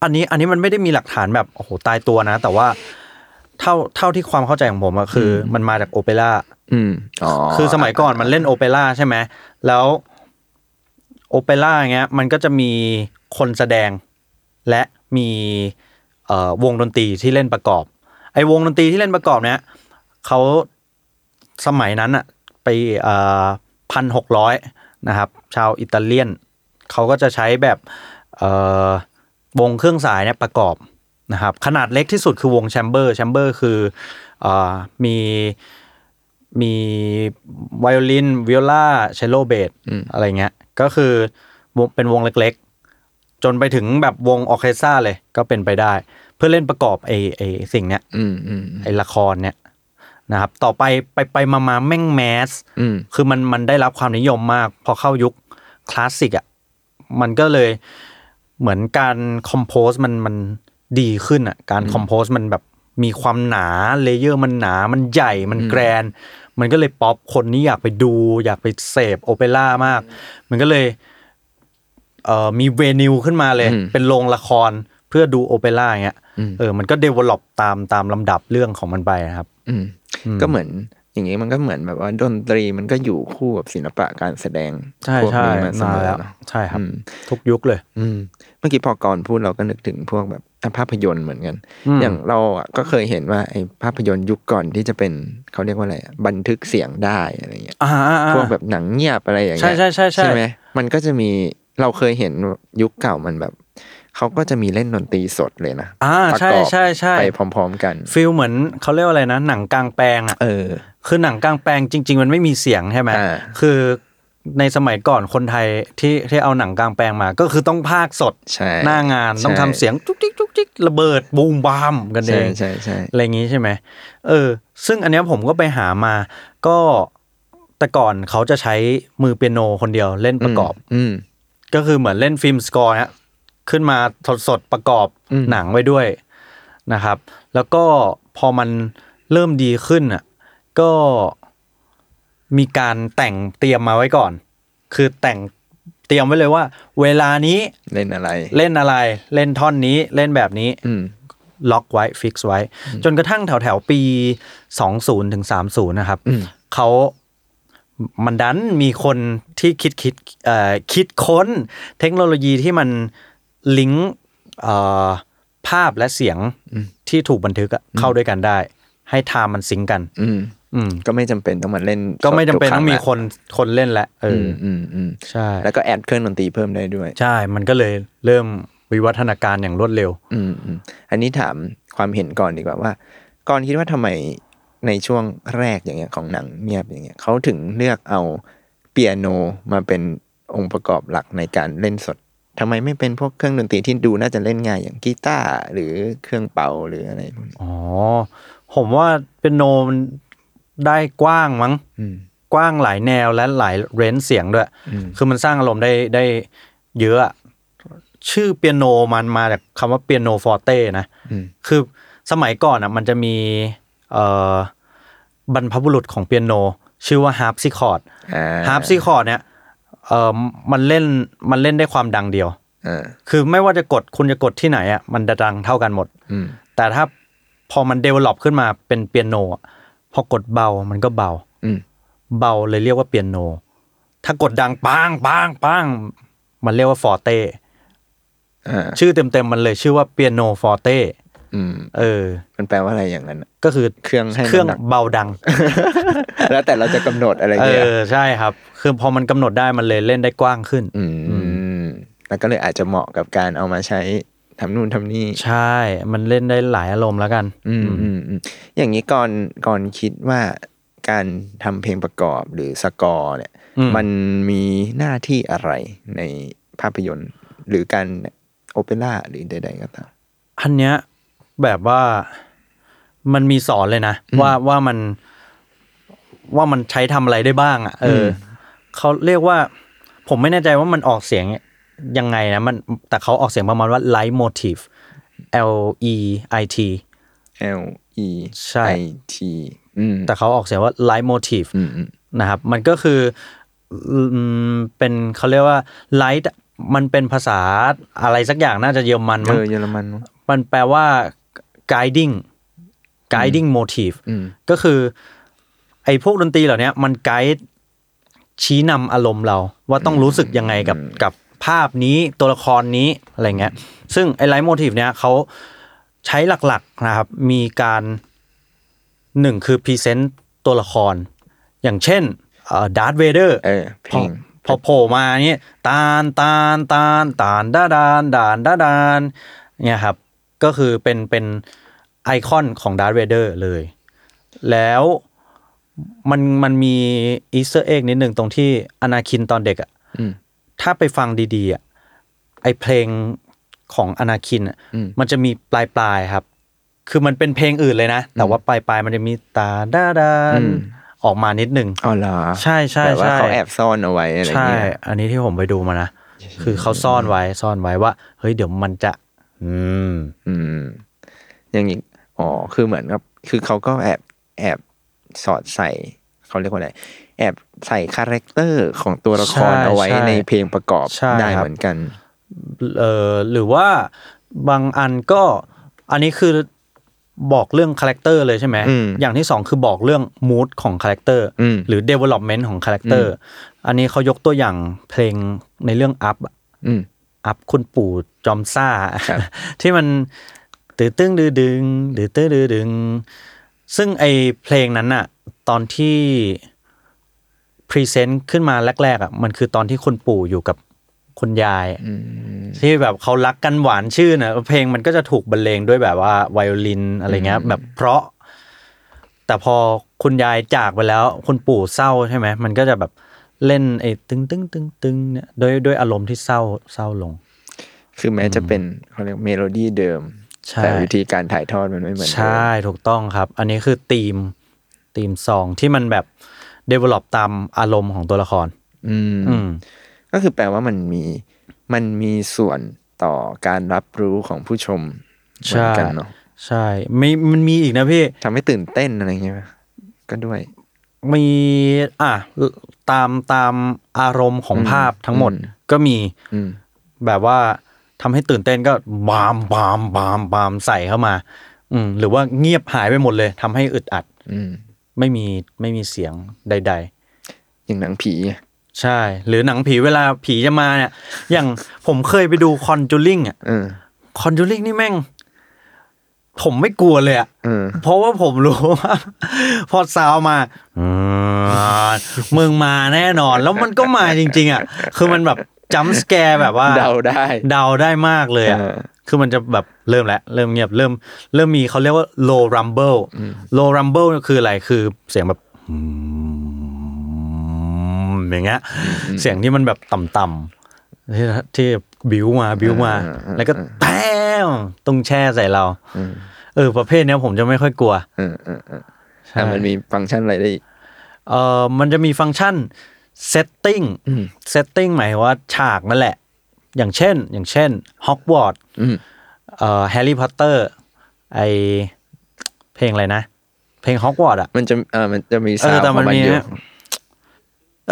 Speaker 3: อันนี้อันนี้มันไม่ได้มีหลักฐานแบบโอ้โหตายตัวนะ แต่ว่าเท่าเท่าที่ความเข้าใจของผมอะคืออมันมาจากโอเปร่า
Speaker 2: อืมอ๋อ
Speaker 3: คือสมัยก่อนมันเล่นโอเปร่าใช่ไหม แล้วโอเปร่าอย่างเงี้ย มันก็จะมีคนแสดงและมีเอ่อวงดนตรีที่เล่นประกอบ ไอ้วงดนตรีที่เล่นประกอบเนี้ยเขาสมัยนั้นอะไปพันหกร้อยนะครับ ชาวอิตาเลียน เขาก็จะใช้แบบเอ่อวงเครื่องสายเนี่ยประกอบนะครับ ขนาดเล็กที่สุดคือวงแชมเบอร์ แชมเบอร์คือเออมี มีไวโอลินวิโอลาเชลโลเบส
Speaker 2: อืม
Speaker 3: อะไรเงี้ย ก็คือวงเป็นวงเล็กๆ จนไปถึงแบบวงออร์เคสตราเลยก็เป็นไปได้ เพื่อเล่นประกอบไอไอสิ่งเนี้ย
Speaker 2: อืมอืมอืม
Speaker 3: ไอละครเนี่ยนะครับ ต่อไปไปไปมามาแม่งแมส
Speaker 2: อืม
Speaker 3: คือมันมันได้รับความนิยมมาก พอเข้ายุคคลาสสิกอ่ะมันก็เลยเหมือนการคอมโพสมันมันดีขึ้นอ่ะการคอมโพสมันแบบมีความหนาเลเยอร์มันหนา มันใหญ่มันแกรน มันก็เลยป๊อปคนนี้อยากไปดู อยากไปเสพโอเปร่ามาก มันก็เลยเอ่อมีเวนิวขึ้นมาเลย
Speaker 2: อืม
Speaker 3: เป็นโรงละครเพื่อดูโอเปร่าอย่างเงี้ยเออมันก็เดเวล็อปตามตามลำดับเรื่องของมันไปนะครับ
Speaker 2: อืม ก็เหมือนอย่างนี้มันก็เหมือนแบบว่าดนตรีมันก็อยู่คู่กับศิลปะการแสดง
Speaker 3: ใช่
Speaker 2: พวก
Speaker 3: ใช่
Speaker 2: นี้มาเส
Speaker 3: นาม น
Speaker 2: อ
Speaker 3: แล้ว
Speaker 2: เนอะ
Speaker 3: ใช่ครับ
Speaker 2: อืม
Speaker 3: ทุกยุคเลย
Speaker 2: อืมเมื่อกี้พอก่อนพูดเราก็นึกถึงพวกแบบอ่ะภาพยนตร์เหมือนกัน
Speaker 3: อืม
Speaker 2: อย่างเราอ่ะก็เคยเห็นว่าไอ้ภาพยนตร์ยุคก่อนที่จะเป็นเขาเรียกว่าอะไรอ่ะบันทึกเสียงได้อะไรเงี้ย
Speaker 3: อ่าๆๆ
Speaker 2: พวกแบบหนังเงียบอะไรอย่างเงี้ย
Speaker 3: ใช่ใช่ใช่ใช่
Speaker 2: ไหมมันก็จะมีเราเคยเห็นยุคเก่ามันแบบเขาก็จะมีเล่นดนตรีสดเลยนะ
Speaker 3: อ่า
Speaker 2: ประ
Speaker 3: ใช่
Speaker 2: กอบ
Speaker 3: ใช่ใช่
Speaker 2: ไปพร้อม ๆ กัน
Speaker 3: ฟิลเหมือนเขาเรียกว่าอะไรนะ หนังกลางแปลงอ่ะ
Speaker 2: เออ
Speaker 3: คือหนังกลางแปลงจริง ๆ มันไม่มีเสียงใช่ไหม
Speaker 2: อ่า
Speaker 3: คือในสมัยก่อนคนไทยที่ที่เอาหนังกลางแปลงมา ก็คือต้องพากย์สด
Speaker 2: ใช่
Speaker 3: หน้างานต้องทำเสียงจุกจิกจุกจิกระเบิดบูมบามกันเอ
Speaker 2: ใช่
Speaker 3: ง
Speaker 2: ใช่ใช่
Speaker 3: อะไรอย่างงี้ใช่ไหมเออ ซึ่งอันเนี้ยผมก็ไปหามา ก็แต่ก่อนเขาจะใช้มือเปียโนคนเดียวเล่นประกอบ
Speaker 2: อืม
Speaker 3: ก็คือเหมือนเล่นฟิล์มสกอร์ฮะขึ้นมาสดสดๆประกอบ
Speaker 2: อืม
Speaker 3: หนังไว้ด้วยนะครับ แล้วก็พอมันเริ่มดีขึ้นอ่ะก็มีการแต่งเตรียมมาไว้ก่อน คือแต่งเตรียมไว้เลยว่า เวลานี้
Speaker 2: เล่นอะไร
Speaker 3: เล่นอะไรเล่นท่อนนี้เล่นแบบนี้
Speaker 2: อืม
Speaker 3: ล็อกไว้ฟิกไว้ จนกระทั่งแถวแถวๆปี 20ถึง30 นะครับ เขามันดันมีคนที่คิดคิดเอ่อคิดค้นเทคโนโลยีที่มันลิงก์เอ่อภาพและเสียงที่ถูกบันทึกอะเข้าด้วยกันได้ ให้ไทม์มันซิงก์กัน
Speaker 2: อืม
Speaker 3: อืม
Speaker 2: ก็ไม่จำเป็นต้องมาเล่น
Speaker 3: ก็ไม่จำเป็น
Speaker 2: ทุก
Speaker 3: ต้องมี
Speaker 2: รั้ละ
Speaker 3: คนคนเล่นและเอ
Speaker 2: อื
Speaker 3: อ
Speaker 2: ม
Speaker 3: อ
Speaker 2: อืมอืม
Speaker 3: ใช่
Speaker 2: แล้วก็แอดเครื่องดนตรีเพิ่มได้ด้วย
Speaker 3: ใช่ มันก็เลยเริ่มวิวัฒนาการอย่างรวดเร็ว
Speaker 2: อืมอืมอันนี้ถามความเห็นก่อนดีกว่าว่าก่อนคิดว่าทำไมในช่วงแรกอย่างเงี้ยของหนังเงียบอย่างเงี้ยเขาถึงเลือกเอาเปียโนมาเป็นองค์ประกอบหลักในการเล่นสดทำไมไม่เป็นพวกเครื่องดนตรีที่ดูน่าจะเล่นง่ายอย่างกีตาร์หรือเครื่องเป่าหรืออะไรพวกนี้
Speaker 3: อ๋อ ผมว่าเป็นโนมันได้กว้างมั้ง
Speaker 2: อืม
Speaker 3: กว้างหลายแนวและหลายเรนจ์เสียงด้วย
Speaker 2: อืม
Speaker 3: คือมันสร้างอารมณ์ได้ได้เยอะอะชื่อเปียโนมันมาจากคำว่าเปียโนฟอร์เต้นะ
Speaker 2: อืม
Speaker 3: คือสมัยก่อนอ่ะมันจะมีเอ่อบรรพบุรุษของเปียโน ชื่อว่าฮาร์ปซิคอร์ด
Speaker 2: อ่า
Speaker 3: ฮาร์ปซิคอร์ดเนี่ยเอ่อมันเล่นมันเล่นได้ความดังเดียว
Speaker 2: อ่า
Speaker 3: คือไม่ว่าจะกดคุณจะกดที่ไหนอ่ะมันจะดังเท่ากันหมด
Speaker 2: อืม
Speaker 3: แต่ถ้าพอมันเดเวล็อปขึ้นมาเป็นเปียโนอะพอกดเบามันก็เบา
Speaker 2: อืม
Speaker 3: เบาเลยเรียกว่าเปียโน ถ้ากดดังปังปังปังมันเรียกว่าฟอร์เต้
Speaker 2: อ่า
Speaker 3: ชื่อเต็มๆมันเลยชื่อว่าเปียโนฟอร์เต้
Speaker 2: อืม
Speaker 3: เออ
Speaker 2: มันแปลว่าอะไรอย่างนั้นอะ
Speaker 3: ก็คือ
Speaker 2: เครื่องให้มัน
Speaker 3: เครื่อง
Speaker 2: หนัก
Speaker 3: เบาดัง
Speaker 2: แล้วแต่เราจะกำหนดอะไร
Speaker 3: เอ
Speaker 2: เงี้ย
Speaker 3: อใช่ครับ คือพอมันกำหนดได้มันเลยเล่นได้กว้างขึ้น
Speaker 2: อืม แล้วก็เลยอาจจะเหมาะกับการเอามาใช้ทำนู่นทำนี่
Speaker 3: ใช่ มันเล่นได้หลายอารมณ์แล้วกัน
Speaker 2: อืมอืมอืมอย่างนี้ก่อนก่อนคิดว่าการทำเพลงประกอบหรือสกอร์เนี่ย
Speaker 3: อืม
Speaker 2: มันมีหน้าที่อะไรในภาพยนตร์ หรือการโอเปร่าหรือใด ๆ ก็ตาม
Speaker 3: อันเนี้ยแบบว่ามันมีสอนเลยนะ ว่าว่ามันว่ามันใช้ทำอะไรได้บ้าง อ่ะ เอออเขาเรียกว่า ผมไม่แน่ใจว่ามันออกเสียงยังไงนะมันแต่เขาออกเสียงประมาณว่า light motif L E I T
Speaker 2: L E
Speaker 3: ใช่
Speaker 2: I T อืม
Speaker 3: แต่เขาออกเสียงว่า light motif
Speaker 2: อืมอืม
Speaker 3: นะครับ มันก็คืออืมเป็นเขาเรียกว่า light มันเป็นภาษาอะไรสักอย่างน่าจะเยอรมัน
Speaker 2: เอ
Speaker 3: มั้ง
Speaker 2: อเยอรมันเนอะ
Speaker 3: มันแปลว่า guiding guiding motif
Speaker 2: อืม
Speaker 3: ก็คือ ไอ้พวกดนตรีเหล่าเนี้ยมันไกด์ชี้นำอารมณ์เรา ว่าต้องรู้สึกยังไงกับกับภาพนี้ตัวละครนี้ อะไรเงี้ย ซึ่งไอ้ไลท์โมทีฟเนี้ยเขาใช้หลักๆนะครับ มีการหนึ่งคือพรีเซนต์ตัวละคร อย่างเช่นดาร์ธเวเดอร์
Speaker 2: เออ เพลง
Speaker 3: พอพอโผล่มาเนี่ยตานตานตานตานด้าดานดานด้าดานเนี่ยครับ ก็คือเป็นเป็นไอคอนของดาร์ h เวเดอร์เลย แล้วมันมันมีอีสเตอร์เอ็กนิดหนึ่งตรงที่อนาคินตอนเด็กอะ
Speaker 2: อืม
Speaker 3: ถ้าไปฟังดีๆอะไอเพลงของอนาคินอะมันจะมีปลายปลายๆครับ คือมันเป็นเพลงอื่นเลยนะ แต่ว่าปลายปลายๆมันจะมีตาด้าดานออกมานิดหนึ่ง
Speaker 2: อ๋อเหรอ
Speaker 3: ใช่ใช่
Speaker 2: แบบว่า
Speaker 3: ใช่
Speaker 2: เขาแอบซ่อนเอาไว้อะไร
Speaker 3: ใช่
Speaker 2: เงี้ย
Speaker 3: อันนี้ที่ผมไปดูมานะ คือเขาซ่อนไว้ ซ่อนไว้ว่า เฮ้ย เดี๋ยวมันจะ อืม
Speaker 2: อืม อย่างนี้อ๋อคือเหมือนกับ คือเขาก็แอบแอบสอดใส่เขาเรียกว่าอะไรแอบใส่คาแรคเตอร์ของตัวละคร
Speaker 3: ใช่
Speaker 2: เอาไว้
Speaker 3: ใช่
Speaker 2: ในเพลงประกอบ
Speaker 3: ใช่
Speaker 2: ได้
Speaker 3: ครับ
Speaker 2: เหมือนกัน
Speaker 3: เออหรือว่าบางอันก็ อันนี้คือบอกเรื่องคาแรคเตอร์เลยใช่ไหม
Speaker 2: อืม
Speaker 3: อย่างที่สองคือบอกเรื่องมูดของคาแรคเตอร์
Speaker 2: อืม
Speaker 3: หรือ development ของคาแรคเตอร์ อันนี้เขายกตัวอย่างเพลงในเรื่อง up อะ
Speaker 2: อืม
Speaker 3: อัพคุณปู่จอมซ่า
Speaker 2: ครับ
Speaker 3: ที่มันตื้อตึ้งดือดึงดือตื้อดือดึง ซึ่งไอเพลงนั้นอะตอนที่พรีเซนต์ขึ้นมาแรกๆอะมันคือตอนที่คุณปู่อยู่กับคุณยาย ที่แบบเขารักกันหวานชื่นอะเพลงมันก็จะถูกบรรเลงด้วยแบบว่าไวโอลินอะไรเงี้ย แบบเพราะ แต่พอคุณยายจากไปแล้ว คุณปู่เศร้าใช่ไหมมันก็จะแบบเล่นไอ้ตึงตึงตึงตึงเนี่ยด้วยด้วยอารมณ์ที่เศร้าเศร้าลง
Speaker 2: คือแม้จะเป็นเขาเรียกเมโลดี้เดิม
Speaker 3: ใช่
Speaker 2: แต่วิธีการถ่ายทอดมันไม่เหมือนเดิ
Speaker 3: ใช่
Speaker 2: ม
Speaker 3: ถูกต้องครับ อันนี้คือธีมธีมซองที่มันแบบ develop ตามอารมณ์ของตัวละคร
Speaker 2: อืม
Speaker 3: อืม
Speaker 2: ก็คือแปลว่ามันมีมันมีส่วนต่อการรับรู้ของผู้ชมเหมือนกันเนาะ
Speaker 3: ใช่มีมันมีอีกนะพี่
Speaker 2: ทำให้ตื่นเต้นอะไรอย่างเงี้ยปะก็ด้วย
Speaker 3: มีอ่ะตามตามอารมณ์ของภาพทั้งหมด
Speaker 2: อืม
Speaker 3: ก็มี
Speaker 2: อืม
Speaker 3: แบบว่า ทำให้ตื่นเต้นก็บามบามบามบามใส่เข้ามา อืมหรือว่าเงียบหายไปหมดเลยทำให้อึดอัด
Speaker 2: อืม
Speaker 3: ไม่มีไม่มีเสียงใด ๆ
Speaker 2: อย่างหนังผี
Speaker 3: ใช่ หรือหนังผีเวลาผีจะมาเนี่ย อย่างผมเคยไปดูคอนจูริงอ่ะ
Speaker 2: เออ
Speaker 3: คอนจูริงนี่แม่ง ผมไม่กลัวเลยอ่ะ
Speaker 2: เออ
Speaker 3: เพราะว่าผมรู้ว่า พอซาวมาอืมมึงมาแน่นอน แล้วมันก็มาจริง ๆ อ่ะ คือมันแบบจัมส์แกร์แบบว่า
Speaker 2: เดาได้
Speaker 3: เดาได้มากเลยอ่ะ
Speaker 2: เออ
Speaker 3: คือมันจะแบบเริ่มแล้วเริ่มเงียบเริ่ม เริ่มมีเขาเรียกว่า low rumble low rumble คืออะไรคือเสียงแบบอืมอย่างเงี้ยเสียงที่มันแบบต่ำๆที่ที่บิวมาบิวมา
Speaker 2: เออเออ
Speaker 3: แล้วก็แป้งตรงแช่ใส่เรา เออ ประเภทเนี้ยผมจะไม่ค่อยกลัว
Speaker 2: เออเออเออแล้วมันมีฟังก์ชันอะไรได้อีก
Speaker 3: เออมันจะมีฟังก์ชัน setting
Speaker 2: อืม
Speaker 3: setting หมายว่าฉากนั่นแหละ อย่างเช่น อย่างเช่น Hogwarts
Speaker 2: อืม
Speaker 3: เอ่อแฮร์รี่พอตเตอร์ไอเพลงอะไรนะ เพลงฮอกวอตส์อ่ะ
Speaker 2: มันจะเออมันจะมี
Speaker 3: เอ
Speaker 2: ซา
Speaker 3: อ
Speaker 2: วด์
Speaker 3: แต่
Speaker 2: ขอ
Speaker 3: มัน
Speaker 2: งมัน
Speaker 3: มี
Speaker 2: อยู่
Speaker 3: นะ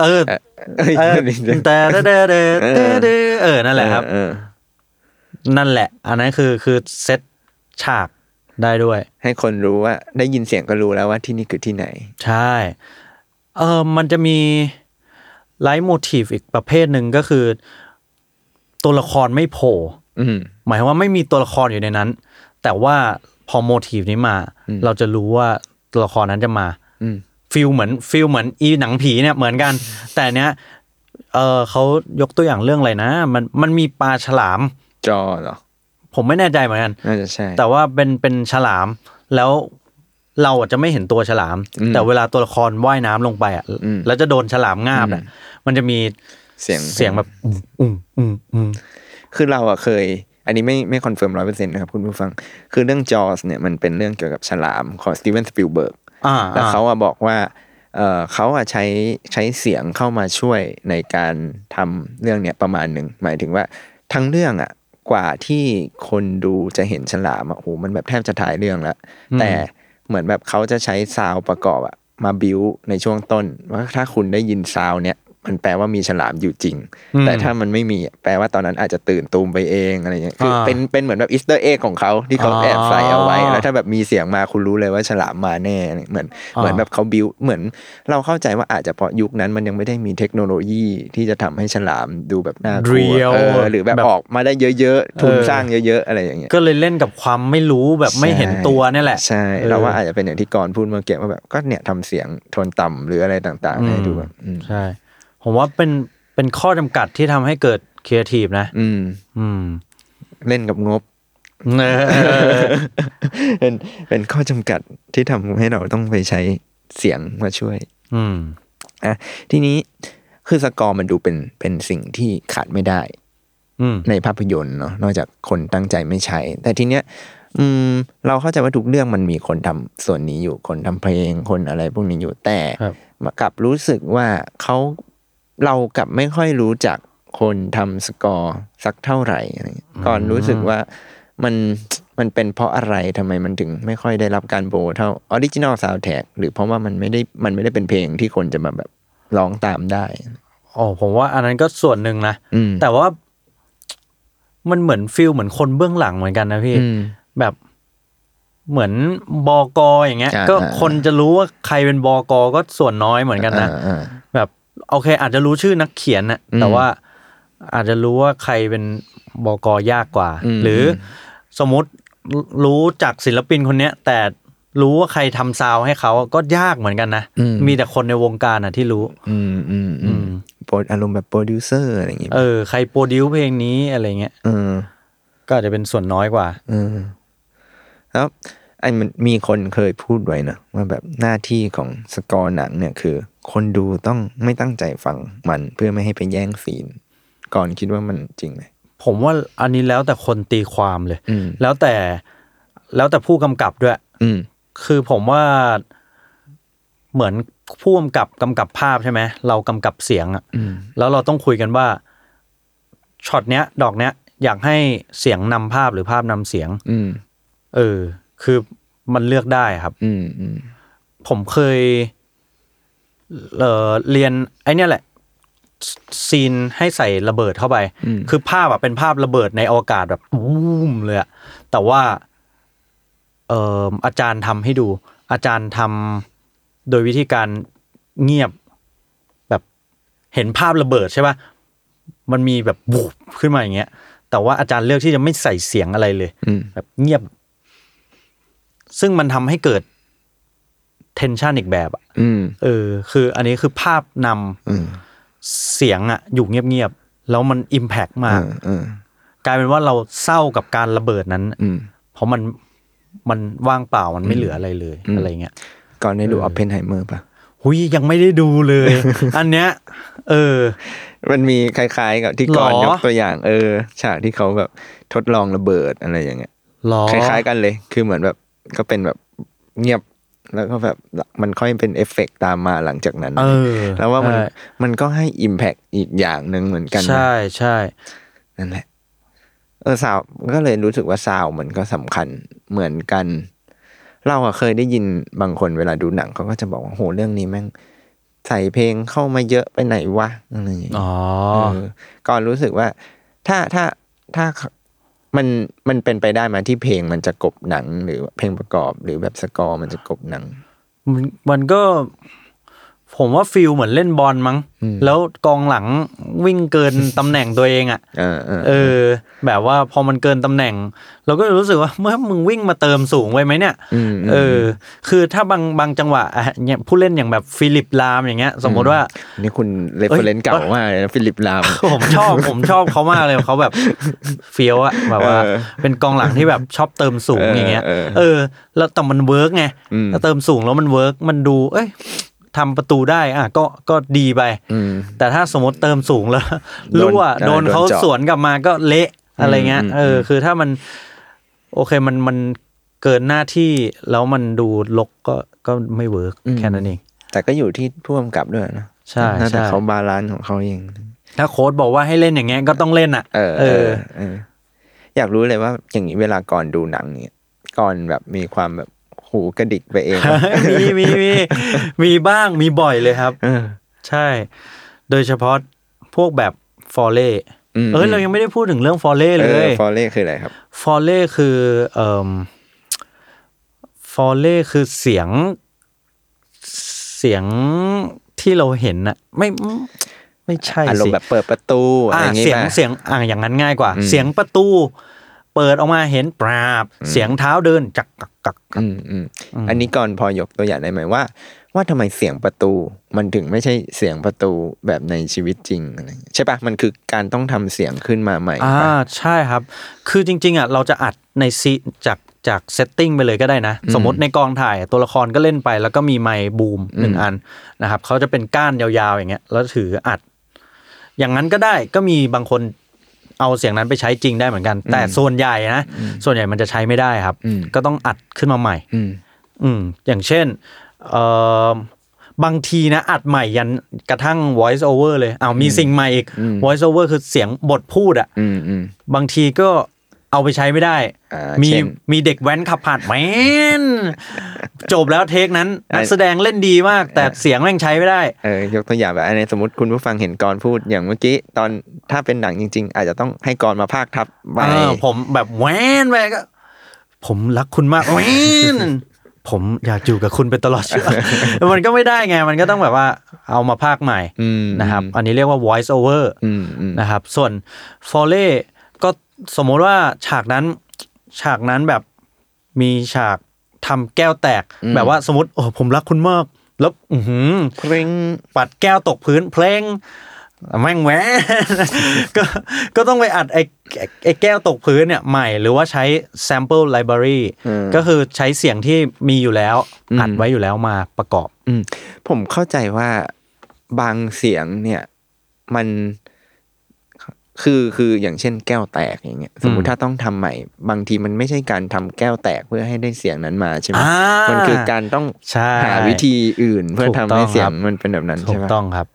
Speaker 3: เออ
Speaker 2: เออเอ้ย
Speaker 3: เออ แต่เด้อเด้อเด้อเด้อเด้อเออนั่นแหละครับ
Speaker 2: เออเออ
Speaker 3: นั่นแหละ อันนั้นคือคือเซตฉากได้ด้วย
Speaker 2: ให้คนรู้ว่า ได้ยินเสียงก็รู้แล้วว่าที่นี่คือที่ไหน
Speaker 3: ใช่ เออมันจะมีไลท์โมทีฟอีกประเภทหนึ่งก็คือ ตัวละครไม่โผล่
Speaker 2: อืม
Speaker 3: หมายความว่าไม่มีตัวละครอยู่ในนั้น แต่ว่าพอโมทีฟนี้มา เราจะรู้ว่าตัวละครนั้นจะมา
Speaker 2: อืม
Speaker 3: ฟิลเหมือนฟิลเหมือนอีหนังผีเนี่ยเหมือน กัน แต่เนี้ยเออเขายกตัวอย่างเรื่องอะไรนะ มันมันมีปลาฉลาม
Speaker 2: จอเหรอ
Speaker 3: ผมไม่แน่ใจเหมือนกัน
Speaker 2: น่าจะใช่
Speaker 3: แต่ว่าเป็นเป็นฉลาม แล้วเราอาจจะไม่เห็นตัวฉลาม
Speaker 2: อืม
Speaker 3: แต่เวลาตัวละครว่ายน้ำลงไปอ่ะ
Speaker 2: อืม
Speaker 3: แล้วจะโดนฉลามงาบอ่ะมันจะมี
Speaker 2: เสียง
Speaker 3: เสียงแบบอืมอืมอืม
Speaker 2: คือเราอะเคย อันนี้ไม่ไม่คอนเฟิร์มร้อยเปอร์เซ็นต์นะครับคุณผู้ฟัง คือเรื่องจอสเนี่ยมันเป็นเรื่องเกี่ยวกับฉลามของสตีเวนสปิลเบิร์ก
Speaker 3: อ่า
Speaker 2: แล้วเขาอะบอกว่าเอ่อเขาอะใช้ใช้เสียงเข้ามาช่วยในการทำเรื่องเนี้ยประมาณหนึ่ง หมายถึงว่าทั้งเรื่องอะกว่าที่คนดูจะเห็นฉลามอะโอ้โหมันแบบแทบจะถ่ายเรื่องแล้ว แต่เหมือนแบบเขาจะใช้ซาวด์ประกอบอะมาบิวในช่วงต้น ว่าถ้าคุณได้ยินซาวด์เนี้ยมันแปลว่ามีฉลามอยู่จริง แต่ถ้ามันไม่มีอะแปลว่าตอนนั้นอาจจะตื่นตูมไปเองอะไรเงี้ยคืออา เป็นเป็นเหมือนแบบอีสเตอร์เอ็กของเขาที่เขาแอบใส่เอาไว้
Speaker 3: อ๋อ
Speaker 2: แล้ว ถ้าแบบมีเสียงมาคุณรู้เลยว่าฉลามมาแน่เนี่ยเหมือนเหมือนแบบเขาบิวเหมือนเราเข้าใจว่าอาจจะเพราะยุคนั้นมันยังไม่ได้มีเทคโนโลยีที่จะทำให้ฉลามดูแบบน่ากลัว
Speaker 3: Real
Speaker 2: เออหรือแบบ
Speaker 3: แบบ
Speaker 2: ออกมาได้เยอะๆทุน
Speaker 3: เออ
Speaker 2: สร้างเยอะ ๆ อะไรอย่างเงี้ย
Speaker 3: ก็เลยเล่นกับความไม่รู้แบบไม่เห็นตัวเนี่ยแหละ
Speaker 2: ใช่เราว่าอาจจะเป็นอย่างที่กรณ์พูดเมื่อกี้ว่าแบบก็เนี่ยทำเสียงโทนต่ำหรืออะไรต่างๆ ให้ดูแบบอืม
Speaker 3: ใช่ ผมว่าเป็นเป็นข้อจำกัดที่ทำให้เกิดครีเอทีฟนะ
Speaker 2: อืม
Speaker 3: อืม
Speaker 2: เล่นกับงบ
Speaker 3: เออ
Speaker 2: เป็นเป็นข้อจำกัดที่ทำให้เราต้องไปใช้เสียงมาช่วย
Speaker 3: อืม
Speaker 2: อ่ะทีนี้คือสกอร์มันดูเป็นเป็นสิ่งที่ขาดไม่ได้
Speaker 3: อืม
Speaker 2: ในภาพยนตร์เนาะนอกจากคนตั้งใจไม่ใช้ แต่ทีเนี้ยอืมเราเข้าใจว่าทุกเรื่องมันมีคนทำส่วนนี้อยู่คนทำเพลงคนอะไรพวกนี้อยู่แต่
Speaker 3: ครับ
Speaker 2: กลับรู้สึกว่าเขาเรากลับไม่ค่อยรู้จักคนทำสกอร์สักเท่าไหร่อะไรเงี้ยก่อนรู้สึกว่ามันมันเป็นเพราะอะไรทำไมมันถึงไม่ค่อยได้รับการโบว์เท่าออริจินอลซาวแท็กหรือเพราะว่ามันไม่ได้มันไม่ได้เป็นเพลงที่คนจะมาแบบ ร้องตามได้
Speaker 3: โอ้ผมว่าอันนั้นก็ส่วนหนึ่งนะ
Speaker 2: อืม
Speaker 3: แต่ว่า มันเหมือนฟิลเหมือนคนเบื้องหลังเหมือนกันนะพี่
Speaker 2: อืม
Speaker 3: แบบเหมือนบกอย่างเงี้ย
Speaker 2: อ่า
Speaker 3: ก็
Speaker 2: อ่า
Speaker 3: คนจะรู้ว่าใครเป็นบกก็ส่วนน้อยเหมือนกันนะ
Speaker 2: อ่าอ่า
Speaker 3: แบบโอเค อาจจะรู้ชื่อนักเขียนนะ
Speaker 2: อืม
Speaker 3: แต่ว่าอาจจะรู้ว่าใครเป็นบกยากกว่า
Speaker 2: อืม
Speaker 3: หรือสมมติรู้จากศิลปินคนเนี้ย แต่รู้ว่าใครทำซาวให้เขาก็ยากเหมือนกันนะมีแต่คนในวงการอ่ะที่รู้
Speaker 2: อืมอืมอืมโปรอารมณ์แบบโปรดิวเซอร์อะไรอย่างงี้
Speaker 3: เออ ใครโปรดิวเพลงนี้อะไรเงี้ย
Speaker 2: เออ
Speaker 3: ก็อาจจะเป็นส่วนน้อยกว่า
Speaker 2: เออแล้วไอ้มันมีคนเคยพูดไว้นะว่าแบบหน้าที่ของสกอร์หนังเนี่ยคือ คนดูต้องไม่ตั้งใจฟังมันเพื่อไม่ให้ไปแย่งซีน ก่อนคิดว่ามันจริงไหม
Speaker 3: ผมว่าอันนี้แล้วแต่คนตีความเลย
Speaker 2: อืม
Speaker 3: แล้วแต่แล้วแต่ผู้กำกับด้วย
Speaker 2: อืม
Speaker 3: คือผมว่าเหมือนผู้กำกับกำกับภาพใช่ไหมเรากำกับเสียงอะแล้วเราต้องคุยกันว่าช็อตเนี้ย ดอกเนี้ย อยากให้เสียงนำภาพหรือภาพนำเสียง
Speaker 2: อืม
Speaker 3: เออ คือมันเลือกได้ครับ
Speaker 2: อืมอืม
Speaker 3: ผมเคยเอ่อเรียนไอเนี้ยแหละ ซีนให้ใส่ระเบิดเข้าไป คือภาพอะเป็นภาพระเบิดในอวกาศแบบวูมเลยอะแต่ว่าเอออาจารย์ทำให้ดู อาจารย์ทำโดยวิธีการเงียบแบบเห็นภาพระเบิดใช่ปะมันมีแบบบูบขึ้นมาอย่างเงี้ย แต่ว่าอาจารย์เลือกที่จะไม่ใส่เสียงอะไรเลย
Speaker 2: อืม
Speaker 3: แบบเงียบ ซึ่งมันทำให้เกิด tension อีกแบบอะ
Speaker 2: อืม
Speaker 3: เออ คืออันนี้คือภาพนำ
Speaker 2: อืม
Speaker 3: เสียงอะอยู่เงียบๆ แล้วมัน impact มาก
Speaker 2: อืมอืม
Speaker 3: กลายเป็นว่าเราเศร้ากับการระเบิดนั้น
Speaker 2: อืม
Speaker 3: เพราะมันมันว่างเปล่ามันไม่เหลืออะไรเลย
Speaker 2: อืม
Speaker 3: อะไรเงี้ย
Speaker 2: ก่อนได้ดูออปเพนไฮเมอร์ป่ะ
Speaker 3: หุยยังไม่ได้ดูเลย อันเนี้ย เออ
Speaker 2: มันมีคล้ายๆ กับที่ก่อน
Speaker 3: หรอ
Speaker 2: ยกตัวอย่างเออ ฉากที่เขาแบบทดลองระเบิดอะไรอย่างเงี้ย
Speaker 3: หรอ
Speaker 2: คล้ายๆกันเลย คือเหมือนแบบก็เป็นแบบเงียบ แล้วก็แบบมันค่อยเป็นเอฟเฟกต์ตามมาหลังจากนั้น
Speaker 3: เออ
Speaker 2: แล้วว่ามัน
Speaker 3: ใช่
Speaker 2: มันก็ให้อิมแพกอีกอย่างหนึ่งเหมือนกันนะ
Speaker 3: ใช่ใช่
Speaker 2: นั่นแหละ เออสาวก็เลยรู้สึกว่าสาวมันก็สำคัญเหมือนกัน เราอะเคยได้ยินบางคนเวลาดูหนังเขาก็จะบอกว่าโหเรื่องนี้แม่งใส่เพลงเข้ามาเยอะไปไหนวะอะไรอย่างเงี้ย
Speaker 3: อ๋อ
Speaker 2: เออก่อนรู้สึกว่าถ้าถ้าถ้ามันมันเป็นไปได้ไหมาที่เพลงมันจะกลบหนังหรือเพลงประกอบหรือแบบสกอร์มันจะกลบหนัง
Speaker 3: มันมันก็ ผมว่าฟิลเหมือนเล่นบอลมั้ง
Speaker 2: อืม
Speaker 3: แล้วกองหลังวิ่งเกิน ตำแหน่งตัวเองอ่ะ
Speaker 2: เออเออ
Speaker 3: เออ แบบว่าพอมันเกินตำแหน่ง เราก็รู้สึกว่า เมื่อมึงวิ่งมาเติมสูงไว้ไหมเนี่ย
Speaker 2: ม
Speaker 3: เออ คือถ้าบางบางจังหวะอ่ะเนี่ยผู้เล่นอย่างแบบฟิลิปลามอย่างเงี้ย สมมติว่า
Speaker 2: นี่คุณเรฟเฟรนซ์เก่ามากเลยนะฟิลิปลาม
Speaker 3: ผมชอบผมชอบเขามากเลยเขาแบบเฟี้ยวอะแบบว่า
Speaker 2: เออ
Speaker 3: เป็นกองหลังที่แบบชอบเติมสูง
Speaker 2: เออ
Speaker 3: อย่างเงี้ย
Speaker 2: เออ
Speaker 3: เออ แล้วแต่มันเวิร์กไง
Speaker 2: อืม
Speaker 3: แล้วเติมสูงแล้วมันเวิร์กมันดู เอ้ยทำประตูได้ อ่ะก็ก็ดีไป
Speaker 2: อืม
Speaker 3: แต่ถ้าสมมติเติมสูงแล้ว
Speaker 2: โดน
Speaker 3: รั่ว
Speaker 2: เออ
Speaker 3: โดนเขา
Speaker 2: โดนเจาะ
Speaker 3: สวนกลับมาก็เละอะไรเงี้ย
Speaker 2: อืมอืม
Speaker 3: เอออ
Speaker 2: ม
Speaker 3: คือถ้ามัน โอเคมันมันเกินหน้าที่แล้วมันดูลกก็ก็ไม่เวิร์กแค่นั้นเอง
Speaker 2: แต่ก็อยู่ที่พ่วงกับด้วยนะ
Speaker 3: ใช่
Speaker 2: น่าจะ
Speaker 3: ใช่
Speaker 2: เขาบาลานซ์ของเขาเอง
Speaker 3: ถ้าโค้ดบอกว่าให้เล่นอย่างเงี้ยก็ต้องเล่นอ่ะ
Speaker 2: เออเออเออ อยากรู้เลยว่าอย่างนี้เวลาก่อนดูหนังเนี่ยก่อนแบบมีความแบบหูกระดิกไปเอง
Speaker 3: มีมีมีมีบ้างมีบ่อยเลยครับ
Speaker 2: เออ
Speaker 3: ใช่ โดยเฉพาะพวกแบบฟอเล่
Speaker 2: อืม
Speaker 3: เอ้ยเรายังไม่ได้พูดถึงเรื่องฟอเล่เล
Speaker 2: เออย ฟอเล่คืออะไรครับ
Speaker 3: ฟอเล่คือเอ่อฟอเล่คือเสียง เสียงที่เราเห็นน่ะ ไม่ไม่ใช่
Speaker 2: อารม
Speaker 3: สิ
Speaker 2: ณ์แบบเปิดประตูอะไรอย่างงี้
Speaker 3: เสียง
Speaker 2: ป่ะ
Speaker 3: เสียงอ่าอย่างนั้นง่ายกว่า
Speaker 2: อืม
Speaker 3: เสียงประตู เปิดออกมาเห็นปราบ เสียงเท้าเดินจักกักกักกัก
Speaker 2: อืมอืมอันนี้ก่อนพอยกตัวอย่างได้ไหมว่า ว่าทำไมเสียงประตู มันถึงไม่ใช่เสียงประตูแบบในชีวิตจริงอะไรอย่างเงี้ยใช่ปะมันคือการต้องทำเสียงขึ้นมาใหม่
Speaker 3: อ่า
Speaker 2: ปะ
Speaker 3: ใช่ครับ คือจริงๆอ่ะเราจะอัดในซีจากจากเซตติ้งไปเลยก็ได้นะ สมมติในกองถ่ายตัวละครก็เล่นไป แล้วก็มีไมค์บูมหนึ่งอันนะครับเขาจะเป็นก้านยาวๆอย่างเงี้ยแล้วถืออัด อย่างนั้นก็ได้ก็มีบางคนเอาเสียงนั้นไปใช้จริงได้เหมือนกัน แต่ส่วนใหญ่นะส่วนใหญ่มันจะใช้ไม่ได้ครับ
Speaker 2: อืม
Speaker 3: ก็ต้องอัดขึ้นมาใหม่
Speaker 2: อืม
Speaker 3: อืมอย่างเช่นเอ่อบางทีนะอัดใหม่ยันกระทั่ง voice over เลยเอาวมีสิ่งใหม่อีก
Speaker 2: อืม
Speaker 3: voice over คือเสียงบทพูดอะ
Speaker 2: อืมอืม
Speaker 3: บางทีก็เอาไปใช้ไม่ได้
Speaker 2: อ่า
Speaker 3: มี
Speaker 2: เช่น
Speaker 3: มีเด็กแว้นขับผ่านแม นจบแล้วเทคนั้น นักแสดงเล่นดีมาก แต่เสียงแม่งใช้ไม่ได้
Speaker 2: เออยกตัวอย่างแบบอันนี้สมมติคุณผู้ฟังเห็นกรพูดอย่างเมื่อกี้ตอนถ้าเป็นหนังจริง ๆ อาจจะต้องให้กรมาภาคทับไป
Speaker 3: เออผมแบบแว้นไปก็ ผมรักคุณมากแว้ นผมอยากอยู่กับคุณไปตลอดชีวิต มันก็ไม่ได้ไง มันก็ต้องแบบว่าเอามาภาคใหม่
Speaker 2: อืม
Speaker 3: นะครับ อันนี้เรียกว่า voice over
Speaker 2: อืมอืม
Speaker 3: นะครับ ส่วนฟอเล่ก็สมมติว่าฉากนั้นฉากนั้นแบบมีฉากทำแก้วแตก แบบว่าสมมติโอ้ผมรักคุณมาก แล้วอือหือ
Speaker 2: คริ้ง
Speaker 3: ปัดแก้วตกพื้นเพลงแม่งแหวะ ก็ก็ต้องไปอัดไอ้ไอ้ไอ้แก้วตกพื้นเนี่ยใหม่หรือว่าใช้ sample library
Speaker 2: อืม
Speaker 3: ก็คือใช้เสียงที่มีอยู่แล้ว อัดไว้อยู่แล้วมาประกอบ
Speaker 2: อืมผมเข้าใจว่าบางเสียงเนี่ยมันคือคืออย่างเช่นแก้วแตกอย่างเงี้ยสมมุติถ้าต้องทำใหม่ บางทีมันไม่ใช่การทำแก้วแตกเพื่อให้ได้เสียงนั้นมาใช่ไหม
Speaker 3: อ่ามั
Speaker 2: มันคือการต้อง
Speaker 3: ใช่
Speaker 2: หาวิธีอื่น เพื่อ
Speaker 3: ถูก
Speaker 2: ทำ
Speaker 3: ต้
Speaker 2: ให้
Speaker 3: อง
Speaker 2: เสียง
Speaker 3: ครับ
Speaker 2: มันเป็นแบบนั้น
Speaker 3: ถู
Speaker 2: ใช่
Speaker 3: ก
Speaker 2: ไหม
Speaker 3: ต้องครับ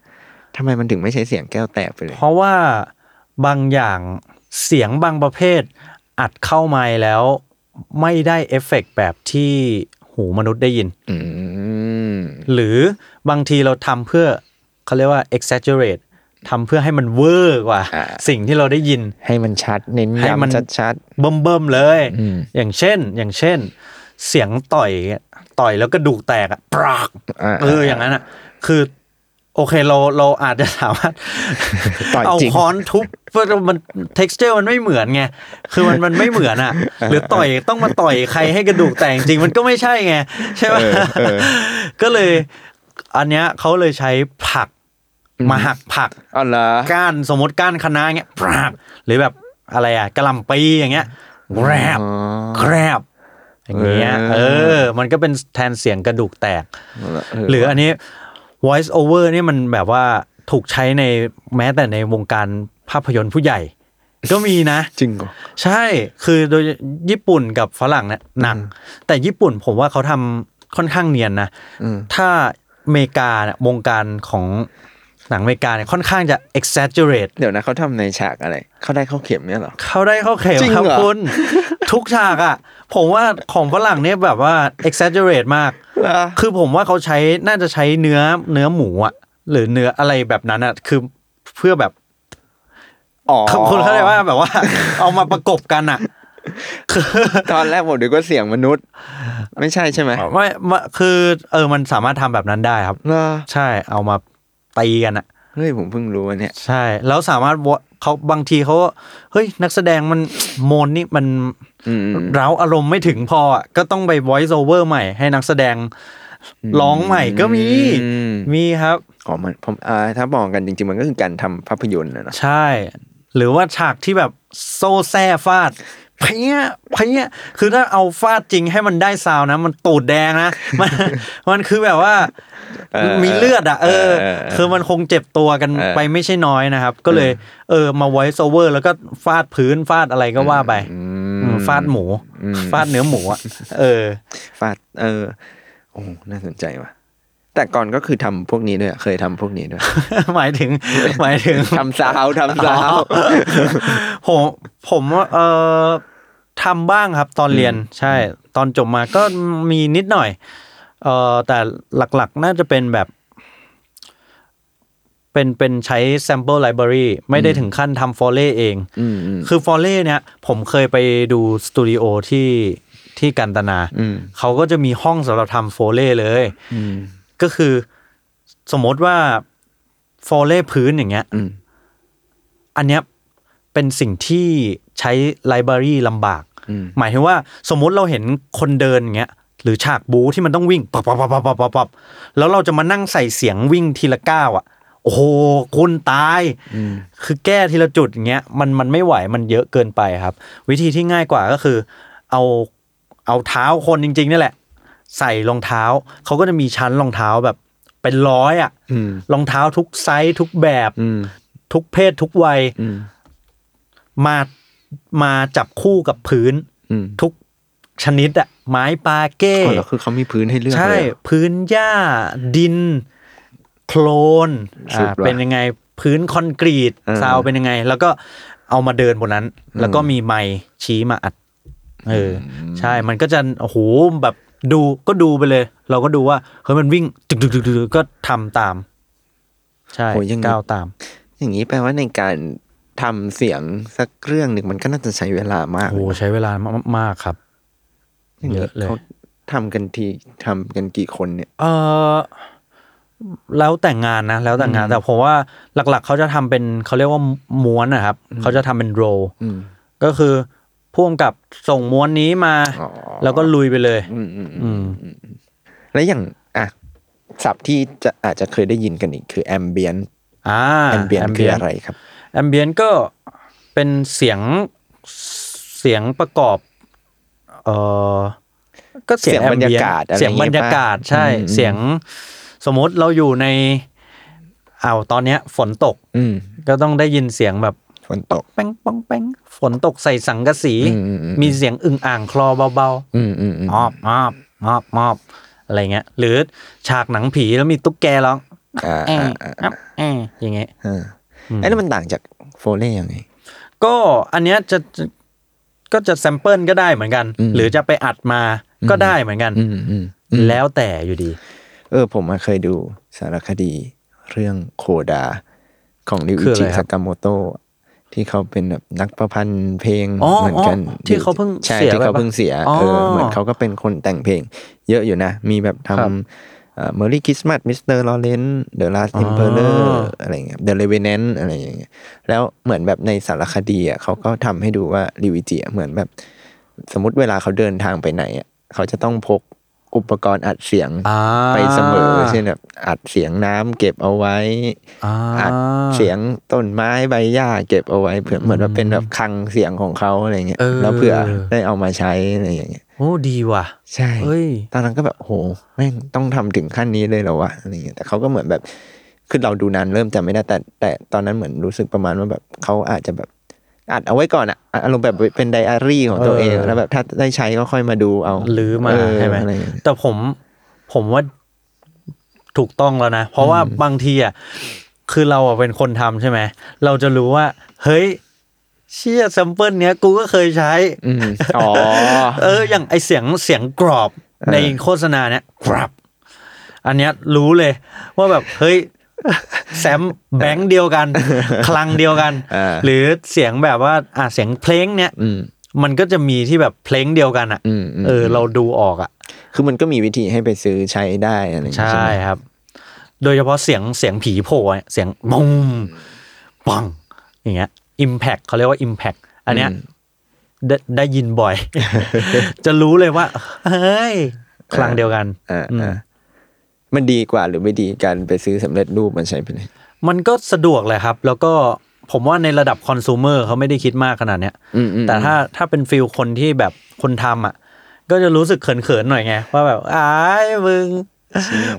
Speaker 2: ทำไมมันถึงไม่ใช้เสียงแก้วแตกไปเลย
Speaker 3: เพราะว่าบางอย่างเสียงบางประเภท อัดเข้าไมค์แล้วไม่ได้เอฟเฟกต์แบบที่หูมนุษย์ได้ยิน
Speaker 2: อืม
Speaker 3: หรือบางทีเราทำเพื่อเขาเรียกว่า exaggerate ทำเพื่อให้มันเวอร์กว่า
Speaker 2: อ่า
Speaker 3: สิ่งที่เราได้ยิน
Speaker 2: ให้มันชัดเน้น
Speaker 3: ให้มัน
Speaker 2: ย้ำชัด
Speaker 3: เบิ่มเบิ่มๆเลย
Speaker 2: อืม
Speaker 3: อย่างเช่น อย่างเช่น เสียงต่อยอะต่อยแล้วกระดูกแตกอะปราก
Speaker 2: ๆอ่า
Speaker 3: เอออย่างนั้นอ่ะ คือโอเคเราเราอาจจะสามารถ
Speaker 2: ต่อย
Speaker 3: เอา
Speaker 2: จริง
Speaker 3: ค้อนทุบเพราะมัน t e x t อร์มันไม่เหมือนไง คือมันมันไม่เหมือน อ่ะ หรือต่อยต้องมาต่อยใครให้กระดูกแตกจริงมันก็ไม่ใช่ไง ใช่ไหม
Speaker 2: เออเออ
Speaker 3: ก็เลย อันเนี้ยเขาเลยใช้ผักมาหักผัก
Speaker 2: อ๋อเหรอ
Speaker 3: ก้านสมมติก้านคะน้าเงี้ยปราบหรือแบบอะไรอ่ะกระหลำปีอย่างเงี้ยแกรบ
Speaker 2: อ๋อ
Speaker 3: แกรบอย่างเงี้ย
Speaker 2: เออ
Speaker 3: เออ มันก็เป็นแทนเสียงกระดูกแตก
Speaker 2: เห
Speaker 3: รืออันนี้ voice over นี่มันแบบว่าถูกใช้ในแม้แต่ในวงการภาพยนตร์ผู้ใหญ่ ก็มีนะ
Speaker 2: จริงเหรอ
Speaker 3: ใช่คือโดยญี่ปุ่นกับฝรั่งเนี่ยหนัก แต่ญี่ปุ่นผมว่าเขาทำค่อนข้างเนียนนะ
Speaker 2: อืม
Speaker 3: ถ้าอเมริกาเนี่ยวงการของหนังอเมริกาเนี่ยค่อนข้างจะ exaggerate
Speaker 2: เดี๋ยวนะเขาทำในฉากอะไร เขาได้เข้าเข็มเนี่ยเหรอ
Speaker 3: เขาได้เข้าเข็ม
Speaker 2: จริง
Speaker 3: ครับ
Speaker 2: เหรอ
Speaker 3: คุณ ทุกฉากอะผมว่าของฝรั่งเนี่ยแบบว่า exaggerate มาก
Speaker 2: เหรอ
Speaker 3: คือผมว่าเขาใช้น่าจะใช้เนื้อเนื้อหมูอะหรือเนื้ออะไรแบบนั้นอะคือเพื่อแบบ
Speaker 2: อ๋อ
Speaker 3: คนเขาเรียกว่าแบบว่า เอามาประกบกันอะคือ
Speaker 2: ตอนแรกผมดูก็เสียงมนุษย์ ไม่ใช่ใช่ไหม
Speaker 3: ไม่ไม่คือเออมันสามารถทำแบบนั้นได้ครับ
Speaker 2: เหรอ
Speaker 3: ใช่เอามาตีกันอะ
Speaker 2: เฮ้ยผมเพิ่งรู้อันเนี่ย
Speaker 3: ใช่ แล้วสามารถวะเขาบางทีเขาเฮ้ยนักแสดงมัน โมนนี่มัน
Speaker 2: อืมอืม
Speaker 3: เร้าอารมณ์ไม่ถึงพออะก็ต้องไป voice over ใหม่ ให้นักแสดงร้องใหม่ก็มี
Speaker 2: อืม
Speaker 3: มีครับ
Speaker 2: อ๋อมันผมอ่าถ้ามองกันจริง ๆ มันก็คือการทำภาพยนตร์นะเนอะ
Speaker 3: ใช่ หรือว่าฉากที่แบบโซ่แซ่ฟาดเพี้ยเพี้ยคือถ้าเอาฟาดจริงให้มันได้ซาวน์นะ มันตูดแดงนะ มันมันคือแบบว่า มีเลือดอ่ะ เออ
Speaker 2: เ
Speaker 3: คือมันคงเจ็บตัวกัน
Speaker 2: เออ
Speaker 3: ไปไม่ใช่น้อยนะครับ ก็เลย เออมาไว้โซเวอร์ แล้วก็ฟาดพื้นฟาดอะไรก็ว่าไป
Speaker 2: ม
Speaker 3: อืมฟาดหมู
Speaker 2: อืม
Speaker 3: ฟาดเนื้อหมูอ่ะเออ
Speaker 2: ฟาดเออโอ้น่าสนใจว่ะ แต่ก่อนก็คือทำพวกนี้ด้วยเคยทำพวกนี้ ด้วย
Speaker 3: หมายถึงหมายถึง
Speaker 2: ทำซาวด์ทำซาวด์
Speaker 3: ผมผมเอ่อทำบ้างครับตอนเรียนใช่ ตอนจบมาก็มีนิดหน่อยเอ่อแต่หลักๆน่าจะเป็นแบบ เป็นเป็นใช้ sample library ไม่ได้ถึงขั้นทำ f o r e เอง
Speaker 2: อืมอืม
Speaker 3: คือ f o r e เนี่ย ผมเคยไปดูสตูดิโอที่ที่กันตนา
Speaker 2: อืม
Speaker 3: เขาก็จะมีห้องสำหรับทำโฟเล่เลย
Speaker 2: อืม
Speaker 3: ก็คือสมมติว่าโฟเล่พื้นอย่างเงี้ย
Speaker 2: อืม
Speaker 3: อันเนี้ยเป็นสิ่งที่ใช้ไลบรารีลำบาก
Speaker 2: อืม
Speaker 3: หมายถึงว่าสมมุติเราเห็นคนเดินอย่างเงี้ย หรือฉากบูที่มันต้องวิ่งปับปับปับปับปับปับปับแล้วเราจะมานั่งใส่เสียงวิ่งทีละก้าวอ่ะ โอ้โหคุณตาย คือแก้ทีละจุดอย่างเงี้ยมันมันไม่ไหวมันเยอะเกินไปครับ วิธีที่ง่ายกว่าก็คือ เอาเอาเท้าคนจริงๆนี่แหละ ใส่รองเท้าเขาก็จะมีชั้นรองเท้าแบบเป็นร้อยอ่ะ
Speaker 2: อืม
Speaker 3: รองเท้าทุกไซส์ทุกแบบ
Speaker 2: อืม
Speaker 3: ทุกเพศทุกวัย
Speaker 2: อืม
Speaker 3: มามาจับคู่กับพื้น
Speaker 2: อืม
Speaker 3: ทุกชนิดอะไม้ปาเก้
Speaker 2: อ๋อเหรอคือเขามีพื้นให้เลือก
Speaker 3: ใช่
Speaker 2: เลยเหรอ
Speaker 3: พื้นหญ้า ดิน โคลน
Speaker 2: สุด
Speaker 3: อ่า
Speaker 2: ว่ะ
Speaker 3: เป็นยังไงพื้นคอนกรีต
Speaker 2: เออ
Speaker 3: ซาวเป็นยังไง แล้วก็เอามาเดินบนนั้น แล้วก็มีไม้ชี้มาอัดเอออใช่มันก็จะโอ้โหแบบดูก็ดูไปเลย เราก็ดูว่าเฮ้ยมันวิ่งตึกตึกตึกตึกก็ทำตาม ใช่
Speaker 2: โหยังไง
Speaker 3: ก้าวตาม
Speaker 2: อย่างนี้แปลว่าในการทำเสียงสักเรื่องหนึ่งมันก็น่าจะใช้เวลามาก
Speaker 3: โอ้โหใช้เวลามากๆครับ
Speaker 2: างนี้
Speaker 3: เยอะเลย
Speaker 2: ขาทำกันทีทำกันกี่คนเนี่ย
Speaker 3: เออแล้วแต่งงานนะ แล้วแต่งานแต่ผมว่าหลัก ๆ เขาจะทำเป็นเขาเรียกว่าม้วนนะครับ เขาจะทำเป็นโรล
Speaker 2: อืม
Speaker 3: ก็คือพ่วงกับส่งม้วนนี้มา
Speaker 2: อ๋อ
Speaker 3: แล้วก็ลุยไปเลย
Speaker 2: อืมอืมอื
Speaker 3: อื
Speaker 2: ม
Speaker 3: ม
Speaker 2: แล้วอย่างอ่ะศัพท์ที่จะอาจจะเคยได้ยินกันอีกคือแอมเบียน
Speaker 3: อ่า
Speaker 2: แอมเบียนคืออะไรครับ
Speaker 3: แอมเบียนก็เป็นเสียงเสียงประกอบเออก็เสียง
Speaker 2: เสียงบรรยากาศ
Speaker 3: แอมเบียนเสียงบรรยากาศใช่เสียงสมมติเราอยู่ในอ้าวตอนเนี้ย ฝนตก
Speaker 2: อืม
Speaker 3: ก็ต้องได้ยินเสียงแบบ
Speaker 2: ฝนตก
Speaker 3: แป้งป้องแป้งฝนตกใส่สังกะสี
Speaker 2: อืมอืมอืม
Speaker 3: มีเสียงอึ่งอ่างคลอเบา
Speaker 2: อืมอืมอืม
Speaker 3: ๆมอบมอบมอบมอบอะไรเงี้ย หรือฉากหนังผีแล้วมีตุ๊กแกร้อง
Speaker 2: อ่า
Speaker 3: แอะ
Speaker 2: อ่าอ่า
Speaker 3: แอะแอะอย่างเงี้ย
Speaker 2: อ่าไอ้ยแล้วมันต่างจากโฟเล่ยังไง
Speaker 3: ก็อันเนี้ยจะจะก็จะแซมเปิลก็ได้เหมือนกัน
Speaker 2: อืม
Speaker 3: หรือจะไปอัดมาก็ได้เหมือนกัน
Speaker 2: อืมอืมอืม
Speaker 3: แล้วแต่อยู่ดี
Speaker 2: เออผมอะเคยดูสารคดี เรื่องโคดา ของริว
Speaker 3: คื
Speaker 2: อิ
Speaker 3: ออะไร
Speaker 2: จิ
Speaker 3: ค
Speaker 2: สา
Speaker 3: รับ
Speaker 2: กาโมโตะที่เขาเป็นแบบนักประพันธ์เพลง
Speaker 3: อ๋อ
Speaker 2: เหมือนกัน
Speaker 3: อ๋อที่เขาเพิ่ง
Speaker 2: ใช่
Speaker 3: เสีย
Speaker 2: ที่เขา
Speaker 3: ไปปะ
Speaker 2: เพิ่งเสีย
Speaker 3: อ๋อ
Speaker 2: เออเหมือนเขาก็เป็นคนแต่งเพลง เยอะอยู่นะ มีแบบท
Speaker 3: ครับ
Speaker 2: ำเอ่อ Merry Christmas Mr. Lawrence The Last
Speaker 3: อ๋อ
Speaker 2: Emperor อะไรเงี้ย The Revenant อะไรอย่างเงี้ยแล้วเหมือนแบบในสารคดีอ่ะเขาก็ทำให้ดูว่าริวอิจิอะเหมือนแบบ สมมติเวลาเขาเดินทางไปไหนอ่ะเขาจะต้องพกอุปกรณ์อัดเสียง
Speaker 3: อ่า
Speaker 2: ไปเสมอเช่นแบบอัดเสียงน้ำเก็บเอาไว้
Speaker 3: อ่า
Speaker 2: อัดเสียงต้นไม้ใบหญ้าเก็บเอาไว้เผื่อเหมือนแบบเป็นแบบคลังเสียงของเขาอะไรเงี้ย
Speaker 3: เออ
Speaker 2: แล้วเผื่อได้เอามาใช้อะไรอย่างเงี้ย
Speaker 3: โอ้ดีว่ะ
Speaker 2: ใช่
Speaker 3: เฮ้ย
Speaker 2: ตอนนั้นก็แบบโหแม่งต้องทำถึงขั้นนี้เลยเหรอวะอะไรเงี้ยแต่เขาก็เหมือนแบบคือเราดูนานเริ่มจำไม่ได้แต่ แต่ตอนนั้นเหมือนรู้สึกประมาณว่าแบบเขาอาจจะแบบอัดเอาไว้ก่อนอะอ่ะอารมณ์แบบเป็นไดอารี่ของตัวเอง
Speaker 3: เออ
Speaker 2: แล้วแบบถ้าได้ใช้ก็ค่อยมาดูเอา
Speaker 3: หรือมา
Speaker 2: เอ
Speaker 3: ใช่ไหม
Speaker 2: อะไรอย่างเงี้ย
Speaker 3: แต่ผมผมว่าถูกต้องแล้วนะ เพราะว่าบางทีอ่ะคือเราอ่ะเป็นคนทำใช่ไหม เราจะรู้ว่า เฮ้ย เชี่ยแซมเปิลเนี้ยกูก็เคยใช้
Speaker 2: อืมอ๋อ
Speaker 3: เอออย่างไอเสียงเสียงกรอบ
Speaker 2: เออ
Speaker 3: ในโฆษณาเนี้ยกรับ อันเนี้ยรู้เลย ว่าแบบเฮ้ยแซมแบงค์เดี ยวกัน คลังเดียวกัน
Speaker 2: อ่า
Speaker 3: หรือเสียงแบบว่าอ่ะเสียงเพลงเนี้ย
Speaker 2: อืม
Speaker 3: มันก็จะมีที่แบบเพลงเดียวกันอ่ะ
Speaker 2: อืมม
Speaker 3: เออ เราดูออกอ่ะ
Speaker 2: คือมันก็มีวิธีให้ไปซื้อใช้ได้อะไรอย่างเงี้ย
Speaker 3: ใช่
Speaker 2: ใช่ไหม
Speaker 3: ครับ โดยเฉพาะเสียงเสียงผีโผล่อะเสียงบุ้มปัง อย่างเงี้ย impact เขาเรียกว่า impact อันเนี้ย
Speaker 2: อืม
Speaker 3: ได้ได้ยิน บ่อย จะรู้เลยว่า เฮ้ย คลังเดียวกัน
Speaker 2: อ่า
Speaker 3: อืม
Speaker 2: อ่ามันดีกว่าหรือไม่ดีการไปซื้อสำเร็จรูปมันใช้ไปเลย
Speaker 3: มันก็สะดวกเลยครับ แล้วก็ผมว่าในระดับคอน sumer เขาไม่ได้คิดมากขนาดเนี้ย
Speaker 2: อืมอืม
Speaker 3: แต่ถ้าถ้าเป็นฟิลคนที่แบบคนทำอ่ะ ก็จะรู้สึกเขินๆหน่อยไง ว่าแบบอ้ายมึง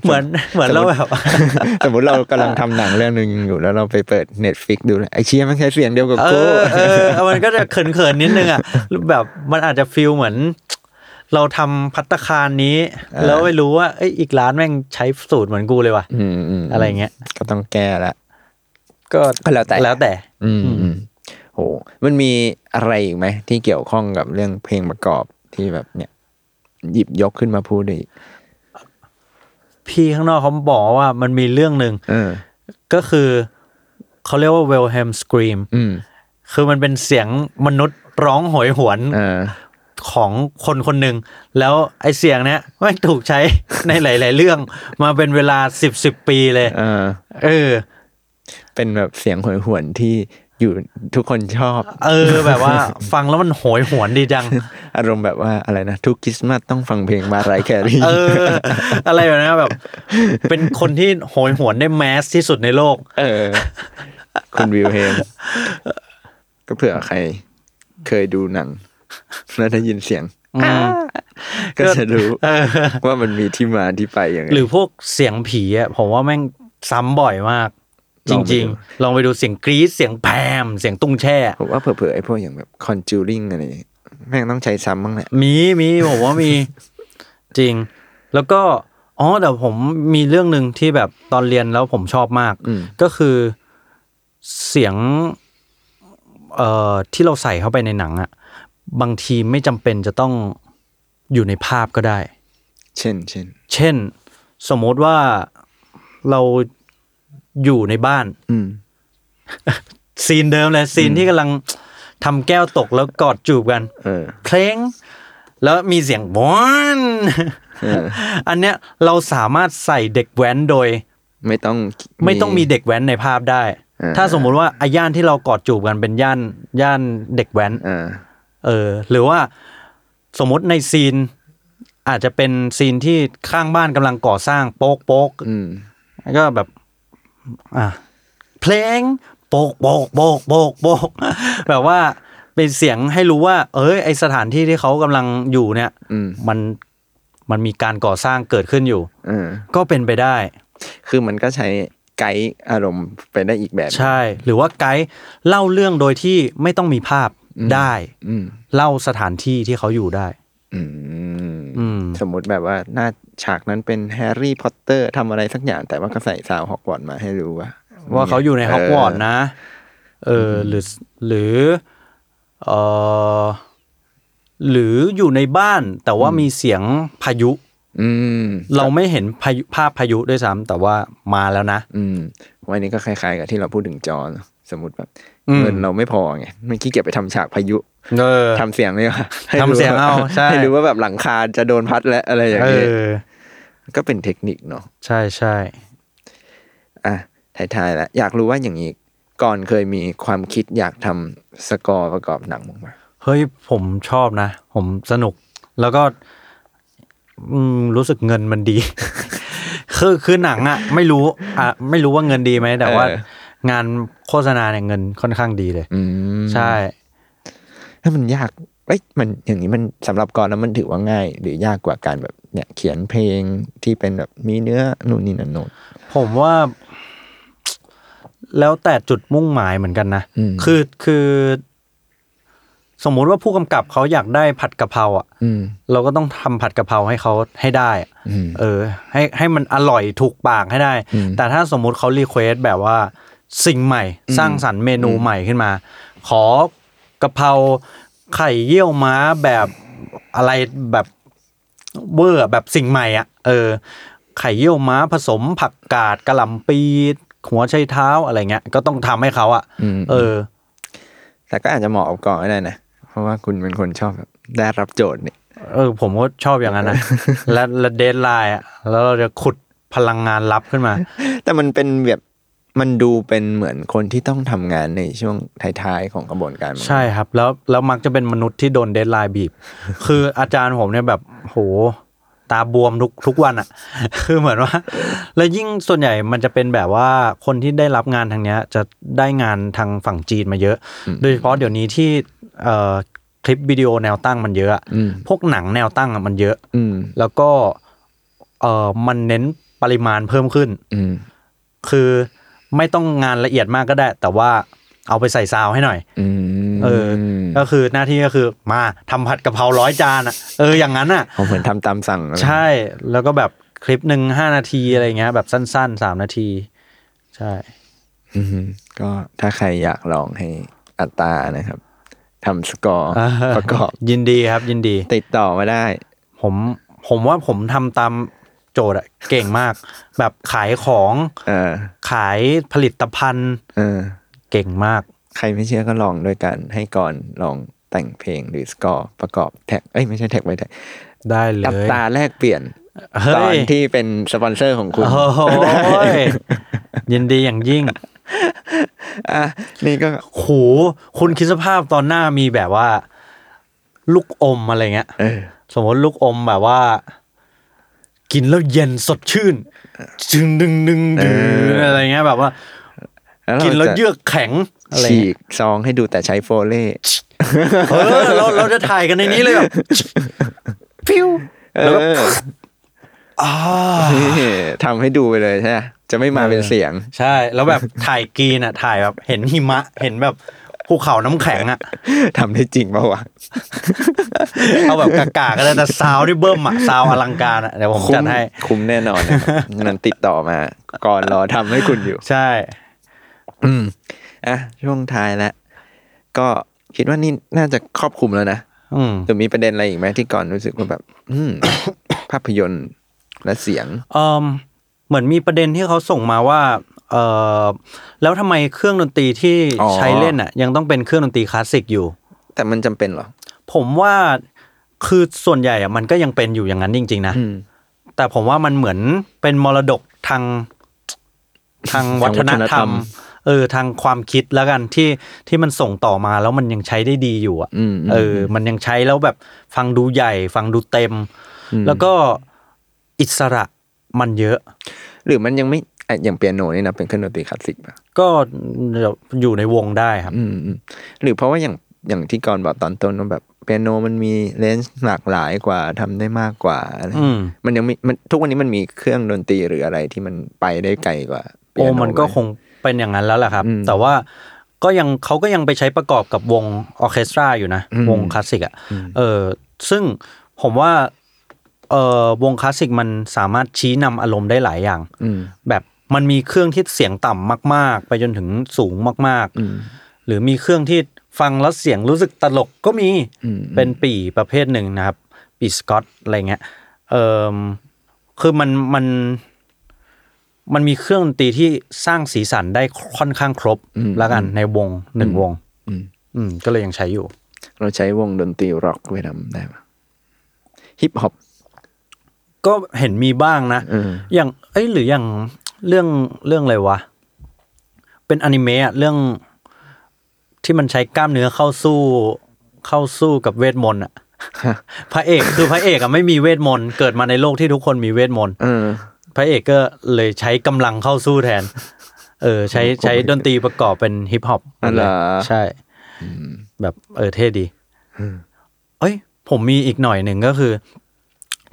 Speaker 3: เหมือนเหมือนเราแบบ
Speaker 2: สมมติเรากำลังทำหนังเรื่องหนึ่งอยู่แล้วเราไปเปิด Netflix ดูนะไอ้เชี่ยมันใช้เสียงเดียวกับ
Speaker 3: เอ
Speaker 2: โก้
Speaker 3: อเออเอามันก็จะเขินๆนิดนึงอ่ะ แบบมันอาจจะฟีลเหมือน เราทำพัตตาคารนี้ แล้วไม่รู้ว่าเอ้ยอีกร้านแม่งใช้สูตรเหมือนกูเลยว่ะ
Speaker 2: มม
Speaker 3: อะไรเงี้ย
Speaker 2: ก็ต้องแก้ละ
Speaker 3: ก็
Speaker 2: ก็แล้วแต่
Speaker 3: แล้วแต่
Speaker 2: อืมอืมโหมันมีอะไรอีกไหมที่เกี่ยวข้องกับเรื่องเพลงประกอบที่แบบเนี่ย หยิบยกขึ้นมาพูดได้อีก
Speaker 3: พี่ข้างนอกเขาบอกว่ามันมีเรื่องหนึ่ง
Speaker 2: เออ
Speaker 3: ก็คือเขาเรียกว่าเวลแฮมส r รีม
Speaker 2: อืม
Speaker 3: คือมันเป็นเสียงมนุษย์ร้องโหยหวน
Speaker 2: เอ่า
Speaker 3: ของคนคนหนึ่ง แล้วไอเสียงเนี้ยไม่งถูกใช้ ในหลาย ๆ เรื่อง มาเป็นเวลาสิบสิบปีเลย
Speaker 2: เออ
Speaker 3: เออ
Speaker 2: เป็นแบบเสียงหวยหวนที่อยู่ทุกคนชอบ
Speaker 3: เออ แบบว่า ฟังแล้วมันโหยหวนดีจัง
Speaker 2: อารมณ์แบบว่าอะไรนะ ทุกคริสต์มาสต้องฟังเพลงมาไรแครี่
Speaker 3: เออ อะไรแบบนี้แบบ เป็นคนที่โหยหวนได้แมสที่สุดในโลก
Speaker 2: เออ คุณวิวเฮมก็เผื่อใคร เคยดูหนัง แล้วได้ยินเสียง ก็จะรู้ว่ามันมีที่มาที่ไปยังไง
Speaker 3: หรือพวกเสียงผีอ่ะผมว่าแม่งซ้ำบ่อยมาก จ
Speaker 2: ลองไปดู
Speaker 3: ริง ๆ ลองไปดูเสียงกรี๊ดเสียงแพมเสียงตุ้งแช่
Speaker 2: ผมว่าเผื่อๆไอ้พวกอย่างแบบคอนจูริงอะไรอย่างเงี้ยแม่งต้องใช้ซ้ำบ้างแหละ
Speaker 3: มีมีผมว่ามี จริง แล้วก็อ๋อแต่ผมมีเรื่องหนึ่งที่แบบตอนเรียนแล้วผมชอบมาก
Speaker 2: อืม
Speaker 3: ก็คือเสียง เอ่อที่เราใส่เข้าไปในหนังอะบางทีไม่จำเป็นจะต้องอยู่ในภาพก็ได้
Speaker 2: เช่นเช่น
Speaker 3: เช่น สมมติว่าเราอยู่ในบ้าน
Speaker 2: อืม
Speaker 3: ซีนเดิมเลยซีนที่กำลังทำแก้วตกแล้วกอดจูบกัน
Speaker 2: เออ
Speaker 3: เพลง แล้วมีเสียงวอน
Speaker 2: เออ
Speaker 3: อันเนี้ยเราสามารถใส่เด็กแว้นโดย
Speaker 2: ไม่ต้อง
Speaker 3: ไม่ต้องมีเด็กแว้นในภาพได้
Speaker 2: อ่า
Speaker 3: ถ้าสมมุติว่าอะย่านที่เรากอดจูบกันเป็นย่านย่านเด็กแว้น
Speaker 2: เอ่า
Speaker 3: เออ หรือว่าสมมติในซีน อาจจะเป็นซีนที่ข้างบ้านกำลังก่อสร้างโป๊กโป๊ก
Speaker 2: อืม
Speaker 3: แล้วก็แบบ อ่ะเพลงโป๊กโป๊กโป๊กโป๊กโป๊ก แบบว่าเป็นเสียงให้รู้ว่า เอ้ยไอสถานที่ที่เขากำลังอยู่เนี่ย
Speaker 2: อืม
Speaker 3: มันมันมีการก่อสร้างเกิดขึ้นอยู่
Speaker 2: เออ
Speaker 3: ก็เป็นไปได้
Speaker 2: คือมันก็ใช้ไกด์อารมณ์ไปได้อีกแบบหนึ่ง
Speaker 3: ใช่ หรือว่าไกด์เล่าเรื่องโดยที่ไม่ต้องมีภาพได้
Speaker 2: อืม
Speaker 3: เล่าสถานที่ที่เขาอยู่ได้
Speaker 2: อืม
Speaker 3: อืม
Speaker 2: สมมุติแบบว่าหน้าฉากนั้นเป็นแฮร์รี่พอตเตอร์ทำอะไรสักอย่าง แต่ว่าก็ใส่ซาวฮอกวอตส์มาให้รู้ว่า
Speaker 3: ว่าเขาอยู่ในฮอกวอตส์นะ เออ หรือ หรือ เออหรืออยู่ในบ้านแต่ว่ามีเสียงพายุ
Speaker 2: อืม
Speaker 3: เราไม่เห็นพายุภาพพายุด้วยซ้ำแต่ว่ามาแล้วนะ
Speaker 2: อืมวันนี้ก็คล้ายๆกับที่เราพูดถึงจอเนอะสมมติแบบ
Speaker 3: อืม
Speaker 2: เงินเราไม่พอไงไม่ขี้เกียจไปทำฉากพายุ
Speaker 3: เออ
Speaker 2: ทำเสียงเลยว่ะ ให้
Speaker 3: ทำเสียงเอา
Speaker 2: รู้ว่
Speaker 3: ใช่
Speaker 2: ให้รู้ว่าแบบหลังคาจะโดนพัดและอะไรอย่าง
Speaker 3: เอ
Speaker 2: เงี้ย
Speaker 3: อ
Speaker 2: ก็เป็นเทคนิคเนาะ
Speaker 3: ใช่ใช่
Speaker 2: อ่ะท้ายๆแล้วอยากรู้ว่าอย่างนี้ก่อนเคยมีความคิดอยากทำสกอร์ประกอบหนังบ้างไหม
Speaker 3: เฮ้ยผมชอบนะ ผมสนุก แล้วก็อืมรู้สึกเงินมันดี คือคือหนังอะไม่รู้อะไม่รู้ว่าเงินดีไหมแต่ว่า
Speaker 2: เออง
Speaker 3: านโฆษณาเนี่ยเงินค่อนข้างดีเลย
Speaker 2: อืม
Speaker 3: ใช่
Speaker 2: ถ้ามันยากเอ้ยมันอย่างนี้มันสำหรับก่อนแล้วมันถือว่าง่าย หรือยากกว่าการแบบเนี่ยเขียนเพลงที่เป็นแบบมีเนื้อนู่นนี่นั่นโน่น
Speaker 3: ผมว่า แล้วแต่จุดมุ่งหมายเหมือนกันนะ
Speaker 2: อืม
Speaker 3: คือคือ สมมุติว่าผู้กำกับเขาอยากได้ผัดกะเพราอ่ะ
Speaker 2: อืม
Speaker 3: เราก็ต้องทำผัดกะเพราให้เขาให้ได้อะ
Speaker 2: อืม
Speaker 3: เออ ให้ให้มันอร่อยถูกปากให้ได้
Speaker 2: อืม
Speaker 3: แต่ถ้าสมมุติเขารีเควสแบบว่า สิ่งใหม่
Speaker 2: อืม
Speaker 3: สร้างสรรค์เมนู
Speaker 2: อืม
Speaker 3: ใหม่ขึ้นมา ขอกะเพราไข่เยี่ยวม้าแบบอะไรแบบเวอร์อะแบบสิ่งใหม่อ่ะ เออ ไข่เยี่ยวม้าผสมผักกาดกะหล่ำปีหัวไชเท้าอะไรเงี้ย ก็ต้องทำให้เขาอ่ะ
Speaker 2: อืม
Speaker 3: เออ
Speaker 2: แต่ก็อาจจะเหมาะกับก่อนก็ได้นะ เพราะว่าคุณเป็นคนชอบแบบได้รับโจทย์เนี่ย
Speaker 3: เออผมก็ชอบอย่างนั้นนะ และและเดทไลน์อะแล้วเราจะขุดพลังงานลับขึ้นมา
Speaker 2: แต่มันเป็นแบบมันดูเป็นเหมือนคนที่ต้องทำงานในช่วงท้ายๆของกระบวนการมัน
Speaker 3: ใช่ครับ แล้วแล้วมักจะเป็นมนุษย์ที่โดนเดทไลน์บีบ คืออาจารย์ผมเนี่ยแบบโหตาบวมทุกทุกวัน อะ คือเหมือนว่า แล้วยิ่งส่วนใหญ่มันจะเป็นแบบว่าคนที่ได้รับงานทางเนี้ย จะได้งานทางฝั่งจีนมาเยอะ โดยเฉพาะเดี๋ยวนี้ที่เอ่อคลิปวิดีโอแนวตั้งมันเยอะอะ
Speaker 2: อืม
Speaker 3: พวกหนังแนวตั้งอะมันเยอะ
Speaker 2: อืม
Speaker 3: แล้วก็เอ่อมันเน้นปริมาณเพิ่มขึ้น
Speaker 2: อืม
Speaker 3: คือไม่ต้องงานละเอียดมากก็ได้ แต่ว่าเอาไปใส่ซาวให้หน่อย
Speaker 2: อืม
Speaker 3: เออ ก็คือหน้าที่ก็คือมาทำผัดกะเพราร้อยจานอ่ะเอออย่างนั้นอ่ะ
Speaker 2: ผมเหมือนทำตามสั่งอะไร
Speaker 3: ใช่แล้วก็แบบคลิปหนึ่งห้านาทีอะไรเงี้ยแบบสั้นๆสามนาที ใช่
Speaker 2: อืมก็ถ้าใครอยากลองให้อัตตานะครับทำสกอร์
Speaker 3: อ่า
Speaker 2: ประกอบ
Speaker 3: ยินดีครับยินดี
Speaker 2: ติดต่อมาได้
Speaker 3: ผมผมว่าผมทำตามโจทย์อะเก่งมาก แบบขายของ
Speaker 2: เออ
Speaker 3: ขายผลิตภัณฑ์
Speaker 2: เออ
Speaker 3: เก่งมาก
Speaker 2: ใครไม่เชื่อก็ลองด้วยกันให้ก่อนลองแต่งเพลงหรือสกอร์ประกอบแท็กเอ้ยไม่ใช่แท็กไปแท็ก
Speaker 3: ได้เลย
Speaker 2: อัตราแลกเปลี่ยน
Speaker 3: เฮ้
Speaker 2: ตอน
Speaker 3: ย
Speaker 2: ที่เป็นสปอนเซอร์ของคุณ
Speaker 3: โอ้โห ยินดีอย่างยิ่ง
Speaker 2: อ่ะนี่ก็
Speaker 3: โหคุณคิดสภาพตอนหน้ามีแบบว่า ลูกอมอะไรเงี้ย
Speaker 2: เออ
Speaker 3: สมมติลูกอมแบบว่า กินแล้วเย็นสดชื่นดึงดึงดึงดึงอะไรเงี้ย แบบว่า
Speaker 2: แล้วเรา
Speaker 3: กินแล้ว
Speaker 2: จะ
Speaker 3: เยือกแข็งอะไร
Speaker 2: ฉี
Speaker 3: เงี้ย
Speaker 2: กซองให้ดูแต่ใช้โฟเล่
Speaker 3: เออเราเราจะถ่ายกันในนี้เลย แบบพิวแล้วก็
Speaker 2: เออ
Speaker 3: อ่า
Speaker 2: นี่ทำให้ดูไปเลยใช่ไหมจะไม่มาเป็นเสียง
Speaker 3: ใช่ แล้วแบบถ่ายกรีนอ่ะ ถ่ายแบบ เห็นหิมะ เห็นแบบภูเขาน้ำแข็งอ่ะ
Speaker 2: ทำได้จริงเปล่าวะ
Speaker 3: เอาแบบกากาก็ได้แต่ซาวนี่เบิ้มอะซาวอลังการอะเดี๋ยวผม
Speaker 2: คุ้
Speaker 3: จั
Speaker 2: ม
Speaker 3: ดให้
Speaker 2: คุ้มแน่น อนนะครับนั้นติดต่อมา ก่อนรอทำให้คุณอยู่
Speaker 3: ใช่
Speaker 2: อืมอ่ะช่วงท้ายแล้วก็คิดว่านี่น่าจะครอบคลุมแล้วนะ
Speaker 3: อืม
Speaker 2: หรือมีประเด็นอะไรอีกไหมที่ก่อนรู้สึกว่าแบบ อื ม ภาพยนตร์และเสียง
Speaker 3: เอิ่มเหมือนมีประเด็นที่เขาส่งมาว่าเออแล้วทำไมเครื่องดนตรีที่
Speaker 2: อ๋อ
Speaker 3: ใช้เล่นอ่ะ ยังต้องเป็นเครื่องดนตรีคลาสสิกอยู่
Speaker 2: แต่มันจำเป็นเหรอ
Speaker 3: ผมว่าคือส่วนใหญ่อะมันก็ยังเป็นอยู่อย่างนั้นจริง ๆ นะ
Speaker 2: อืม
Speaker 3: แต่ผมว่ามันเหมือนเป็นมรดกทางทางวัฒนธรรม
Speaker 2: ทางวัฒนธรรม
Speaker 3: เออทางความคิดแล้วกันที่ที่มันส่งต่อมาแล้วมันยังใช้ได้ดีอยู่อ่ะ
Speaker 2: อืมม
Speaker 3: เออ มันยังใช้แล้วแบบฟังดูใหญ่ ฟังดูเต็ม
Speaker 2: อืม
Speaker 3: แล้วก็อิสระมันเยอะ
Speaker 2: หรือมันยังไม่อ่ะอย่างเปียโนนี่นะเป็นเครื่องดนตรีคลาสสิกป่ะ
Speaker 3: ก็อยู่ในวงได้ครับ
Speaker 2: อืมอืมหรือเพราะว่าอย่างอย่างที่ก่อนบอกตอนต้นว่าแบบเปียโนมันมีเลนส์หลากหลายกว่าทำได้มากกว่าอะไร
Speaker 3: อืม
Speaker 2: มันยังมีมันทุกวันนี้มันมีเครื่องดนตรีหรืออะไรที่มันไปได้ไกลกว่าเปี
Speaker 3: โอ้
Speaker 2: ยโน
Speaker 3: มันก็
Speaker 2: ไห
Speaker 3: คงเป็นอย่างนั้นแล้วแหละครับ
Speaker 2: อืม
Speaker 3: แต่ว่าก็ยังเขาก็ยังไปใช้ประกอบกับวงออร์เคสตราอยู่นะ
Speaker 2: อืม
Speaker 3: วงคลาสสิกอ่ะเออซึ่งผมว่าเออวงคลาสสิกมันสามารถชี้นำอารมณ์ได้หลายอย่าง
Speaker 2: อืม
Speaker 3: แบบมันมีเครื่องที่เสียงต่ำมาก ๆ ไปจนถึงสูงมาก ๆ
Speaker 2: อืม
Speaker 3: หรือมีเครื่องที่ฟังแล้วเสียงรู้สึกตลกก็มี
Speaker 2: อืม
Speaker 3: เป็นปี่ประเภทหนึ่งนะครับ ปี่สกอตอะไรเงี้ย เออคือมันมัน มันมีเครื่องดนตรีที่สร้างสีสันได้ค่อนข้างครบ
Speaker 2: อืม
Speaker 3: แล้วกันในวงหนึ่งวง
Speaker 2: อืม
Speaker 3: อืม ก็เลยยังใช้อยู่
Speaker 2: เราใช้วงดนตรีร็อกเวียดนามได้ปะฮิปฮอป
Speaker 3: ก็เห็นมีบ้างนะ
Speaker 2: เออ
Speaker 3: อย่างเอ้ยหรืออย่างเรื่องเรื่องอะไรวะ เป็นอนิเมะอะเรื่องที่มันใช้กล้ามเนื้อเข้าสู้ เข้าสู้กับเวทมนต์อะ พระเอกคือพระเอกอะไม่มีเวทมนต์เกิดมาในโลกที่ทุกคนมีเวทมนต์
Speaker 2: เออ
Speaker 3: พระเอกก็เลยใช้กำลังเข้าสู้แทน เออ ใช้ใช้ดนตรีประกอบเป็นฮิปฮอป
Speaker 2: อ๋อเหรอ
Speaker 3: ใช่ แบบเออเท่ดี เอ้ย ผมมีอีกหน่อยหนึ่งก็คือ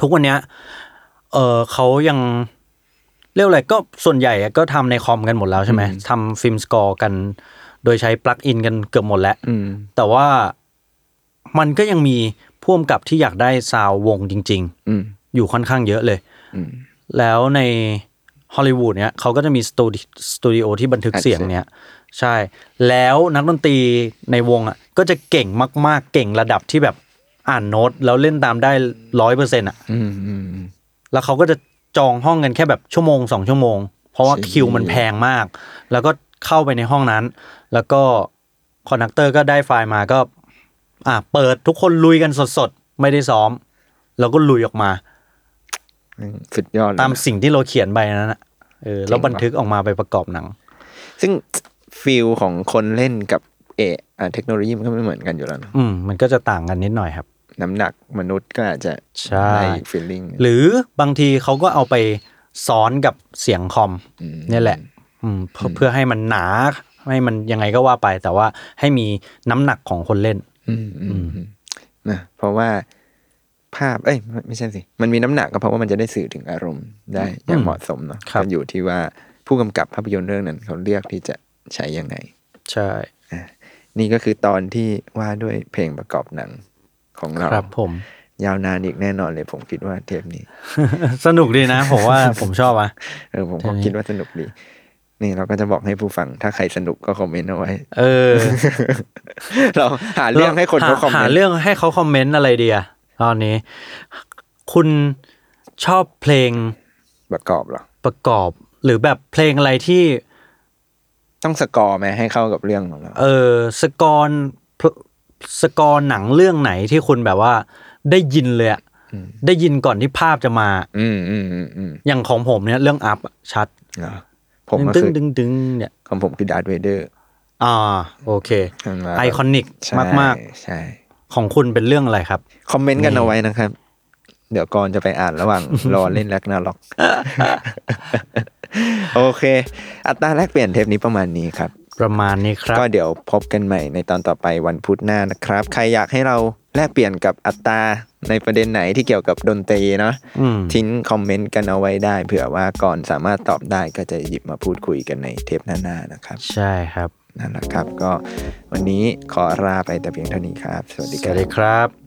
Speaker 3: ทุกวันเนี้ย เออเขายังเรียกอะไรก็ส่วนใหญ่อะก็ทำในคอมกันหมดแล้วใช่ไหมทำฟิล์มสกอร์กัน โดยใช้ปลั๊กอินกันเกือบหมดแล้ว
Speaker 2: อืม
Speaker 3: แต่ว่ามันก็ยังมีพ่วมกับที่อยากได้ซาวด์วงจริง
Speaker 2: อืม
Speaker 3: ๆ อยู่ค่อนข้างเยอะเลย
Speaker 2: อืม
Speaker 3: แล้วในฮอลลีวูดเนี่ยเขาก็จะมีสตูดิสตูดิโอที่บันทึกเสียงเนี่ย ใช่ แล้วนักดนตรีในวงอ่ะ ก็จะเก่งมาก ๆ เก่งระดับที่แบบอ่านโน้ต แล้วเล่นตามได้ร้อยเปอร์เซ็นต์อ่ะ
Speaker 2: อืมอืมอืม
Speaker 3: แล้วเขาก็จะจองห้องกันแค่แบบชั่วโมงสองชั่วโมง เพราะว่า
Speaker 2: ใช่
Speaker 3: คิวมันแพงมาก แล้วก็เข้าไปในห้องนั้น แล้วก็คอนดักเตอร์ก็ได้ไฟล์มาก็ อ่ะเปิดทุกคนลุยกันสดๆไม่ได้ซ้อม แล้วก็ลุยออกมา
Speaker 2: สุดยอดเลย
Speaker 3: ตาม
Speaker 2: นะ
Speaker 3: สิ่งที่เราเขียนไปนั้นนะเออ แล้วบันทึกออกมาไปประกอบหนัง
Speaker 2: ซึ่งฟิลของคนเล่นกับเออ่าเทคโนโลยีมันก็ไม่เหมือนกันอยู่แล้วเนอะ
Speaker 3: อืม มันก็จะต่างกันนิดหน่อยครับ
Speaker 2: น้ำหนักมนุษย์ก็อาจจะ
Speaker 3: ใช่
Speaker 2: ฟีลลิ่ง
Speaker 3: หรือบางทีเขาก็เอาไปซ้อนกับเสียงคอม
Speaker 2: อืม
Speaker 3: เนี่ยแหละ อืมเพื่อเพื่อให้มันหนา ให้มันยังไงก็ว่าไป แต่ว่าให้มีน้ำหนักของคนเล่น
Speaker 2: อืมอืมอืมนะเพราะว่าภาพ เอ้ยไม่ไม่ใช่สิ มันมีน้ำหนักก็เพราะว่ามันจะได้สื่อถึงอารมณ์ได้อย่างเหมาะสมเนาะ
Speaker 3: ครับ
Speaker 2: มันอยู่ที่ว่าผู้กำกับภาพยนตร์เรื่องนั้น เขาเลือกที่จะใช้ยังไง
Speaker 3: ใช่
Speaker 2: นี่ก็คือตอนที่ว่าด้วยเพลงประกอบหนังของเรา
Speaker 3: ครับผม
Speaker 2: ยาวนานอีกแน่นอนเลย ผมคิดว่าเทปนี้
Speaker 3: สนุกดีนะ ผมว่าผมชอบอ่ะ
Speaker 2: เออผมก็
Speaker 3: ใช่ไหม
Speaker 2: คิดว่าสนุกดี นี่เราก็จะบอกให้ผู้ฟัง ถ้าใครสนุกก็คอมเมนต์เอาไว้
Speaker 3: เออ
Speaker 2: เราหาเรื่องให้คนเขาคอมเม
Speaker 3: หาน
Speaker 2: ต์
Speaker 3: เรื่องให้เขาคอมเมนต์อะไรดีอะตอนนี้ คุณชอบเพลง
Speaker 2: ประกอบเหรอ
Speaker 3: ประกอบ หรือแบบเพลงอะไรที่
Speaker 2: ต้องสกอร์ไหมให้เข้ากับเรื่องของเรา
Speaker 3: เออสกอร์พลสกอร์หนังเรื่องไหนที่คุณแบบว่า ได้ยินเลยอะ
Speaker 2: อืม
Speaker 3: ได้ยินก่อนที่ภาพจะมา
Speaker 2: อืมอืมอืมอืม
Speaker 3: อย่างของผมเนี่ยเรื่องอัพชัด
Speaker 2: เหรอผมก็
Speaker 3: ดึ
Speaker 2: คื
Speaker 3: ง
Speaker 2: อ
Speaker 3: ดึงดึงเนี่ย
Speaker 2: ของผมคือดาร์ธเวเดอร์
Speaker 3: อ่าโอเค ไอคอนิกมาก
Speaker 2: ใช่
Speaker 3: ๆ ของคุณเป็นเรื่องอะไรครับ
Speaker 2: คอมเมนต์กันเอาไว้นะครับ เดี๋ยวก่อนจะไปอ่านระหว่าง รอเล่นแลกนา ล็อก โอเค อัตราแลกเปลี่ยนเทปนี้ประมาณนี้ครับ
Speaker 3: ประมาณนี้ครับ
Speaker 2: ก็เดี๋ยวพบกันใหม่ในตอนต่อไปวันพุธหน้านะครับ ใครอยากให้เราแลกเปลี่ยนกับอัตตราในประเด็นไหนที่เกี่ยวกับดนตรีเนาะ
Speaker 3: อืม
Speaker 2: ทิ้งคอมเมนต์กันเอาไว้ได้ เผื่อว่าก่อนสามารถตอบได้ก็จะหยิบมาพูดคุยกันในเทปหน้าๆนะครับ
Speaker 3: ใช่ครับ
Speaker 2: นั่นแหละครับ ก็วันนี้ขอลาไปแต่เพียงเท่านี้ครับ สวัสดี
Speaker 3: ส
Speaker 2: ค
Speaker 3: วั
Speaker 2: รั
Speaker 3: ส
Speaker 2: บ
Speaker 3: ดีครับ